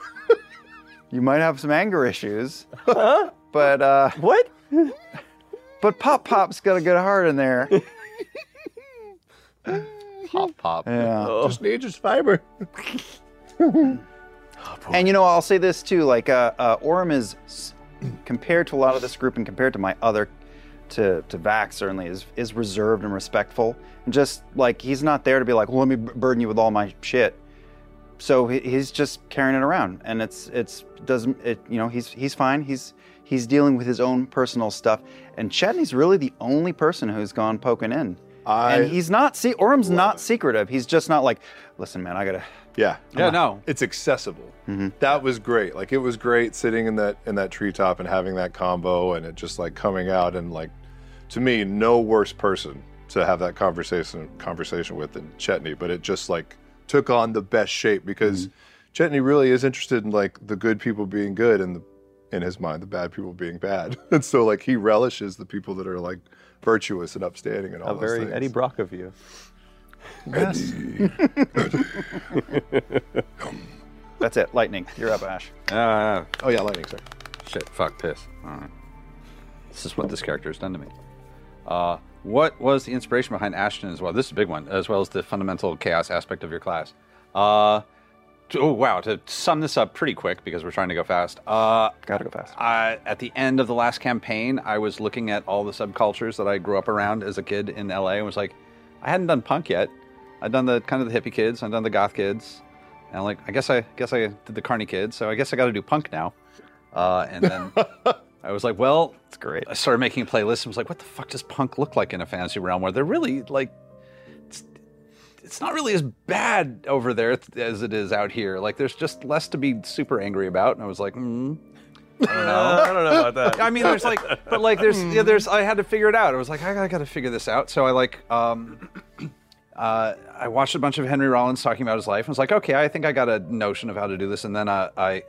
You might have some anger issues. But, uh. What? But Pop Pop's got a good heart in there. Pop pop. Yeah. Oh. Just need his fiber. And you know, I'll say this too: like uh, uh, Orem is s- compared to a lot of this group, and compared to my other, to to Vax certainly is is reserved and respectful, and just like he's not there to be like, well, let me b- burden you with all my shit. So he, he's just carrying it around, and it's it's doesn't it you know he's he's fine. He's he's dealing with his own personal stuff, and Chetney's really the only person who's gone poking in. I- and he's not. See, Orm's not secretive. He's just not like, listen, man, I gotta. Yeah. Yeah, no. It's accessible. That was great. Like it was great sitting in that in that treetop and having that combo and it just like coming out and like to me, no worse person to have that conversation conversation with than Chetney, but it just like took on the best shape because Chetney really is interested in like the good people being good and the, in his mind the bad people being bad. and so like he relishes the people that are like virtuous and upstanding and all A those very things. Eddie Brock of you. Yes. That's it. Lightning. You're up, Ash. Uh, oh yeah, lightning, sorry. Shit, fuck, piss. All right. This is what this character has done to me. Uh, what was the inspiration behind Ashton as well? This is a big one, as well as the fundamental chaos aspect of your class. Uh, to- oh wow! To sum this up pretty quick because we're trying to go fast. Uh, Gotta go fast. I, at the end of the last campaign, I was looking at all the subcultures that I grew up around as a kid in LA, and was like, I hadn't done punk yet. I'd done the kind of the hippie kids. I'd done the goth kids. And I'm like, I guess I guess I did the carny kids. So I guess I got to do punk now. Uh, and then I was like, well, it's great. I started making playlists. and was like, what the fuck does punk look like in a fantasy realm where they're really like, it's, it's not really as bad over there th- as it is out here. Like, there's just less to be super angry about. And I was like, hmm. I don't know. I don't know about that. I mean, there's like, but like, there's, yeah, there's. I had to figure it out. I was like, I, I got to figure this out. So I like, um, uh, I watched a bunch of Henry Rollins talking about his life and was like, okay, I think I got a notion of how to do this. And then uh, I,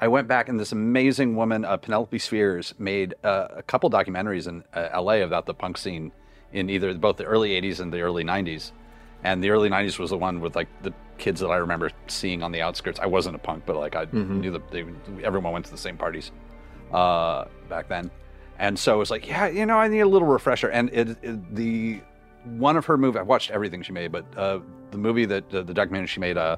I went back and this amazing woman, uh, Penelope Spheres, made uh, a couple documentaries in uh, LA about the punk scene in either both the early 80s and the early 90s. And the early 90s was the one with like the kids that I remember seeing on the outskirts. I wasn't a punk, but like I Mhm. knew that they, everyone went to the same parties uh, back then. And so it was like, yeah, you know, I need a little refresher. And it, it- the one of her movie, I watched everything she made, but uh, the movie that the, the documentary she made, uh,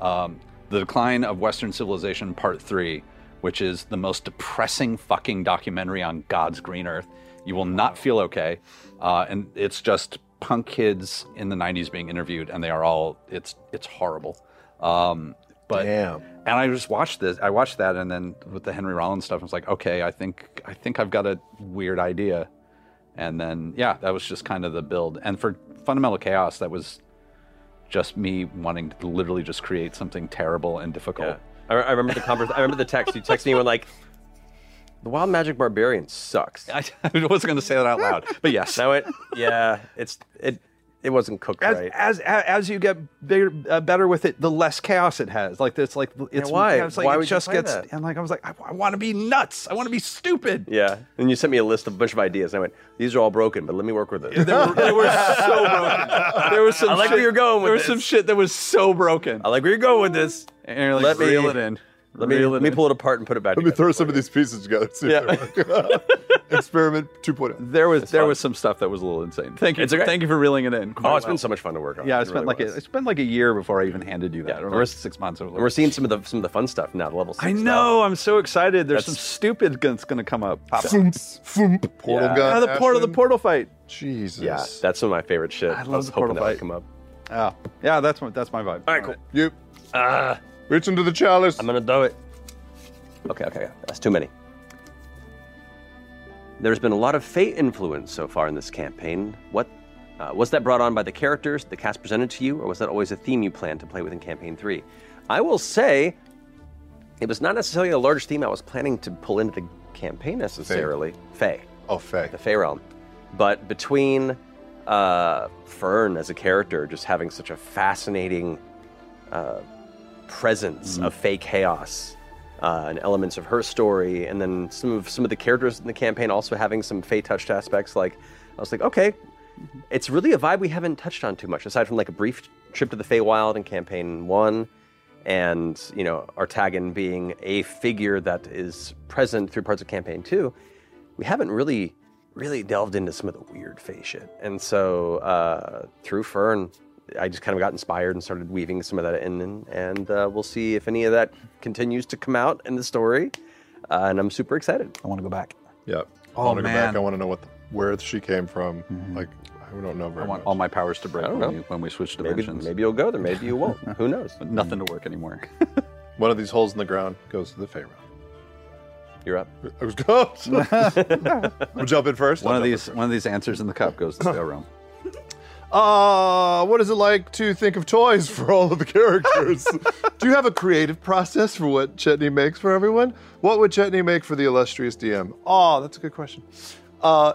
um, the decline of Western civilization, Part Three, which is the most depressing fucking documentary on God's green earth. You will not feel okay, uh, and it's just punk kids in the '90s being interviewed, and they are all it's it's horrible. Um, but and I just watched this. I watched that, and then with the Henry Rollins stuff, I was like, okay, I think I think I've got a weird idea. And then yeah, that was just kind of the build. And for fundamental chaos, that was just me wanting to literally just create something terrible and difficult. I, I remember the convers- I remember the text. You texted me and were like, "The Wild Magic Barbarian sucks." I, was going to say that out loud, but yes. No, it. Yeah, it's it. It wasn't cooked As, right. as as as you get bigger, uh, better with it, the less chaos it has. Like it's like it's why? I was like, Why it would you just play gets that? and like I was like I, I want to be nuts. I want to be stupid. yeah, and you sent me a list of a bunch of ideas. And I went, "These are all broken, but let me work with it." They were so broken. There was some I shit, like where you're going with There was this. some shit that was so broken. I like where you're going with this. And you're like, Let me- reel it in. let me- Reel let it me in. pull it apart and put it back. Let me throw some of these pieces together. See yeah. Experiment oh. 2.0. There was there was some stuff that was a little insane. Thank you. It's okay. Thank you for reeling it in. Oh, it's been so much fun to work on. Yeah, It it's been really like was. a, it's been like a year before I even handed you that. Or we're- like six months. And we're seeing some of the some of the fun stuff now. The level. Six I stuff. know. I'm so excited. There's some stupid that's going to come up. Pop up. Portal Yeah. gun. Oh, the portal, the portal fight. Jesus. Yeah, that's some of my favorite shit. I, love was the portal hoping that would fight. come up. Oh, yeah, that's my that's my vibe. All right, cool. You. Ah, reach into the chalice. I'm gonna do it. Okay, okay, okay. That's too many. There's been a lot of fate influence so far in this campaign. What uh, was that brought on by the characters the cast presented to you, or was that always a theme you planned to play with in campaign three? I will say, it was not necessarily a large theme I was planning to pull into the campaign necessarily. Fae. Oh, Fae. The Fae realm. But between uh, Fern as a character just having such a fascinating uh, presence of Fae chaos uh, and elements of her story, and then some of some of the characters in the campaign also having some Fae touched aspects. Like I was like, okay, it's really a vibe we haven't touched on too much, aside from like a brief trip to the Feywild in campaign one, and you know Artagan being a figure that is present through parts of campaign two. We haven't really, really delved into some of the weird Fae shit, and so uh, through Fern, I just kind of got inspired and started weaving some of that in, and, and uh, we'll see if any of that continues to come out in the story. Uh, and I'm super excited. I want to go back. Yep. Oh, I want to go back. man. Mm-hmm. I want to know what the, where she came from. Like, I don't know very I want much. all my powers to break I don't when know. we, when we switch dimensions. maybe you'll go there. Maybe you won't. Who knows? Nothing to work anymore. One of these holes in the ground goes to the Pharaoh. You're up. I was going. We'll jump in first. One of these one of these answers in the cup goes to the realm. Uh, what is it like to think of toys for all of the characters? Do you have a creative process for what Chetney makes for everyone? What would Chetney make for the illustrious DM? Oh, that's a good question. Uh,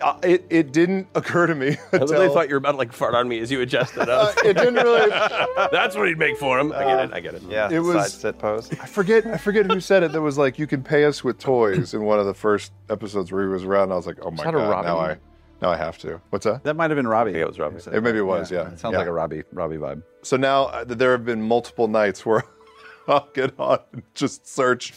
uh, it, it didn't occur to me. I really until- thought you were about to like fart on me as you adjusted. Up. it didn't really- That's what he'd make for him. I get it. I get it. Yeah, It was- side sit pose. I forget I forget who said it that was like you can pay us with toys in one of the first episodes where he was around and I was like, Oh my that god, a now I Robin? now I have to. What's that? That might have been Robbie. it was Robbie. It maybe it was, yeah. It sounds like a Robbie Robbie vibe. So now uh, there have been multiple nights where I'll get on and just search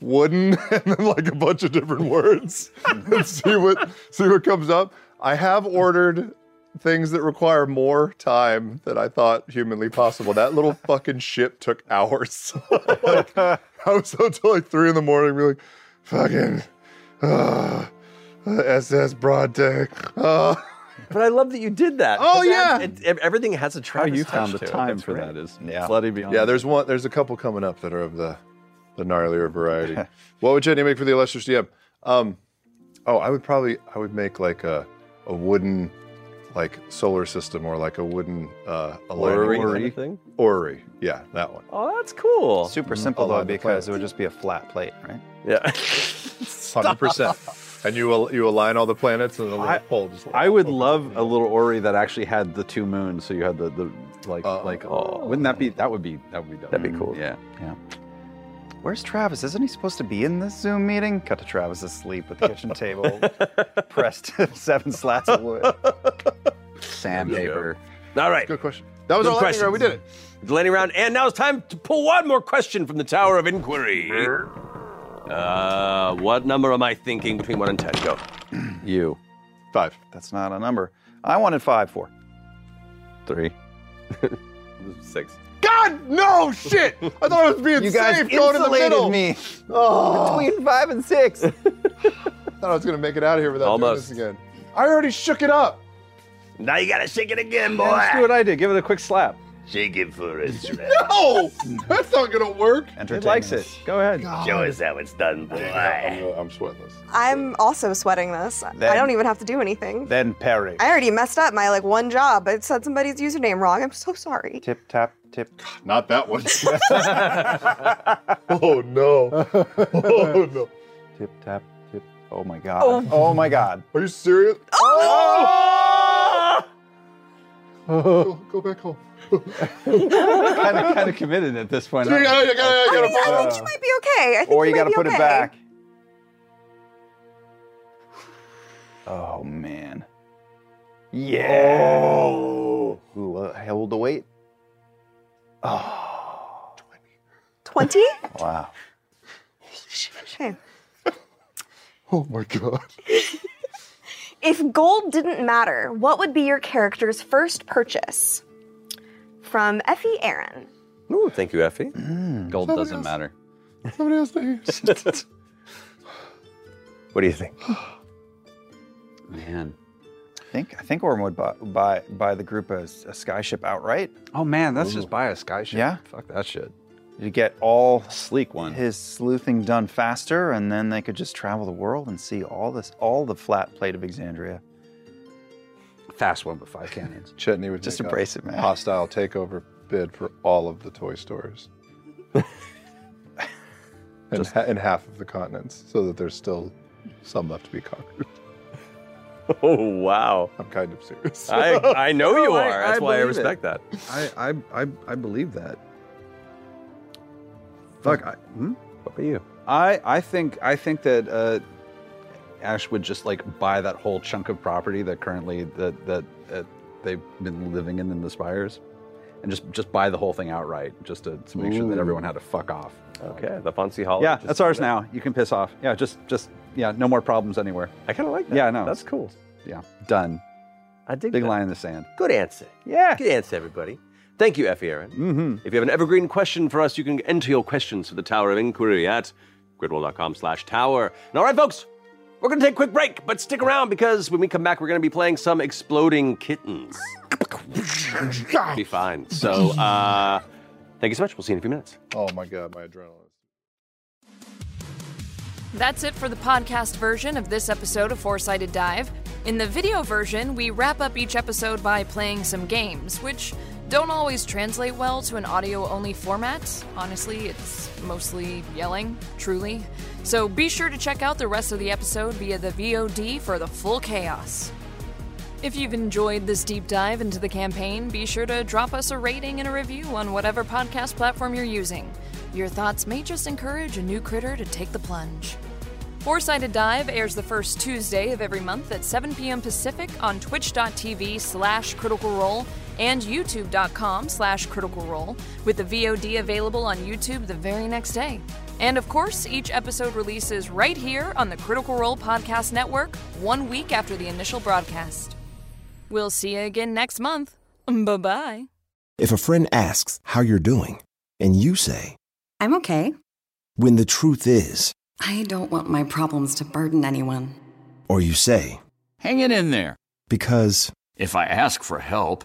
wooden and then like a bunch of different words and see what see what comes up. I have ordered things that require more time than I thought humanly possible. That little fucking ship took hours. like, I was up till like three in the morning, be like, fucking uh, SS Broad Day. Uh, But I love that you did that. Oh, 'cause it yeah. adds- it- everything has a Travis you touch found the to it. time That's for great. that is Yeah. bloody beyond. Yeah, there's one. There's a couple coming up that are of the the gnarlier variety. what would Jenny make for the illustrious DM? Um, oh, I would probably I would make like a a wooden like solar system or like a wooden uh Orrery kind Orrery. of thing? Orrery. Yeah, that one. Oh, that's cool. Super simple Align though, the because it would just be a flat plate, right? Yeah. Hundred percent. And you will you align all the planets and the little pole just I would love a little Ori that actually had the two moons, so you had the, the like like oh, wouldn't that be that would be that would be dope. That'd be cool. Yeah. Yeah. Where's Travis? Isn't he supposed to be in this Zoom meeting? Cut to Travis asleep at the kitchen table, pressed seven slats of wood. Sandpaper. All right. Good question. That was Good our lightning questions. round. We did it. The lightning round, and now it's time to pull one more question from the Tower of Inquiry. Uh, what number am I thinking between one and ten? Go. You. Five. That's not a number. I wanted five, four. Three. Six. God, no shit! I thought I was being You guys safe going in the insulated middle. me. Oh. Between five and six. I thought I was gonna make it out of here without Almost. doing this again. I already shook it up. Now you gotta shake it again, Yeah, let's do what I did. Give it a quick slap. Shake it for us. No, Oh. that's not gonna work. It likes it. Go ahead. Show us how it's done, boy. I'm, Oh, I'm sweatless. I'm also sweating this. I Then- don't even have to do anything. Then parry. I already messed up my like one job. I said somebody's username wrong. I'm so sorry. Tip tap tip. Not that one. oh no. Oh no. Tip tap tip. Oh my god. Oh, my god. Are you serious? Oh! Oh. go, go back home. kind of kind of committed at this point. Dude, I- I gotta- I gotta I think you might be okay. I think Or you might gotta be put it okay. back. Oh man. Yeah. Oh. Ooh, well, I hold the weight. Twenty. Wow. Okay. Oh my god. If gold didn't matter, what would be your character's first purchase? From Effie Aaron. Ooh, thank you, Effie. Gold Somebody doesn't matter. Somebody else thinks. What do you think? Man. I think I think Orm would buy buy, buy the group a, s- a skyship outright. Oh man, let's just buy a skyship. Yeah. Fuck that shit. You get all sleek one. his sleuthing done faster, and then they could just travel the world and see all this all the flat plate of Exandria. Fast one, but five cannons. Chetney would Just make a embrace it, man. Hostile takeover bid for all of the toy stores. and, ha- and half of the continents, so that there's still some left to be conquered. Oh wow. I'm kind of serious. I, I know you No, I- are. That's I why I believe it. respect that. I I I, I believe that. Fuck. I, hmm? What about you? I I think I think that uh, Ash would just like buy that whole chunk of property that currently that that uh, they've been living in in the spires, and just just buy the whole thing outright, just to, to make sure that Ooh. everyone had to fuck off. Okay, the Fonzie Hall. yeah, that's ours now. You can piss off. Yeah, just just yeah, no more problems anywhere. I kind of like that. Yeah, I know. That's cool. Yeah, done. I dig Big that. line in the sand. Good answer. Yeah. Good answer, everybody. Thank you, Effie Aaron. Mm-hmm. If you have an evergreen question for us, you can enter your questions for the Tower of Inquiry at gridwall.com slash tower. And all right, folks, we're going to take a quick break, but stick around because when we come back, we're going to be playing some exploding kittens. be fine. So, uh, thank you so much. We'll see you in a few minutes. Oh my god, my adrenaline. That's it for the podcast version of this episode of Foresighted Dive. In the video version, we wrap up each episode by playing some games, which don't always translate well to an audio only format. Honestly, it's mostly yelling, truly. So be sure to check out the rest of the episode via the VOD for the full chaos. If you've enjoyed this deep dive into the campaign, be sure to drop us a rating and a review on whatever podcast platform you're using. Your thoughts may just encourage a new critter to take the plunge. Four Sided Dive airs the first Tuesday of every month at 7 p.m. Pacific on twitch.tv slash critical role and youtube.com slash critical role, with the VOD available on YouTube the very next day. And of course, each episode releases right here on the Critical Role Podcast Network one week after the initial broadcast. We'll see you again next month. Bye bye. If a friend asks how you're doing and you say, I'm okay. when the truth is, I don't want my problems to burden anyone. or you say, Hang it in there. because, If I ask for help,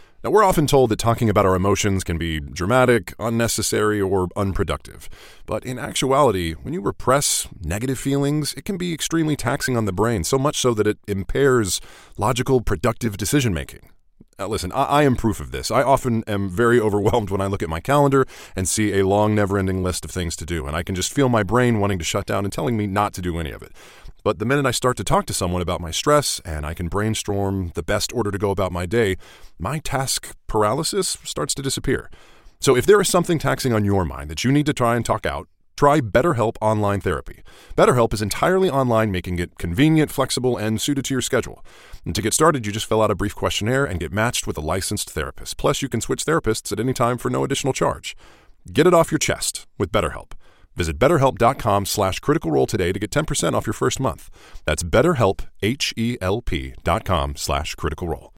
Now, we're often told that talking about our emotions can be dramatic, unnecessary, or unproductive. But in actuality, when you repress negative feelings, it can be extremely taxing on the brain, so much so that it impairs logical, productive decision making. Now, listen, I-, I am proof of this. I often am very overwhelmed when I look at my calendar and see a long, never ending list of things to do, and I can just feel my brain wanting to shut down and telling me not to do any of it. But the minute I start to talk to someone about my stress and I can brainstorm the best order to go about my day, my task paralysis starts to disappear. So if there is something taxing on your mind that you need to try and talk out, try BetterHelp Online Therapy. BetterHelp is entirely online, making it convenient, flexible, and suited to your schedule. And to get started, you just fill out a brief questionnaire and get matched with a licensed therapist. Plus, you can switch therapists at any time for no additional charge. Get it off your chest with BetterHelp. Visit betterhelp.com slash critical role today to get 10% off your first month. That's betterhelp, H-E-L-P dot com slash critical role.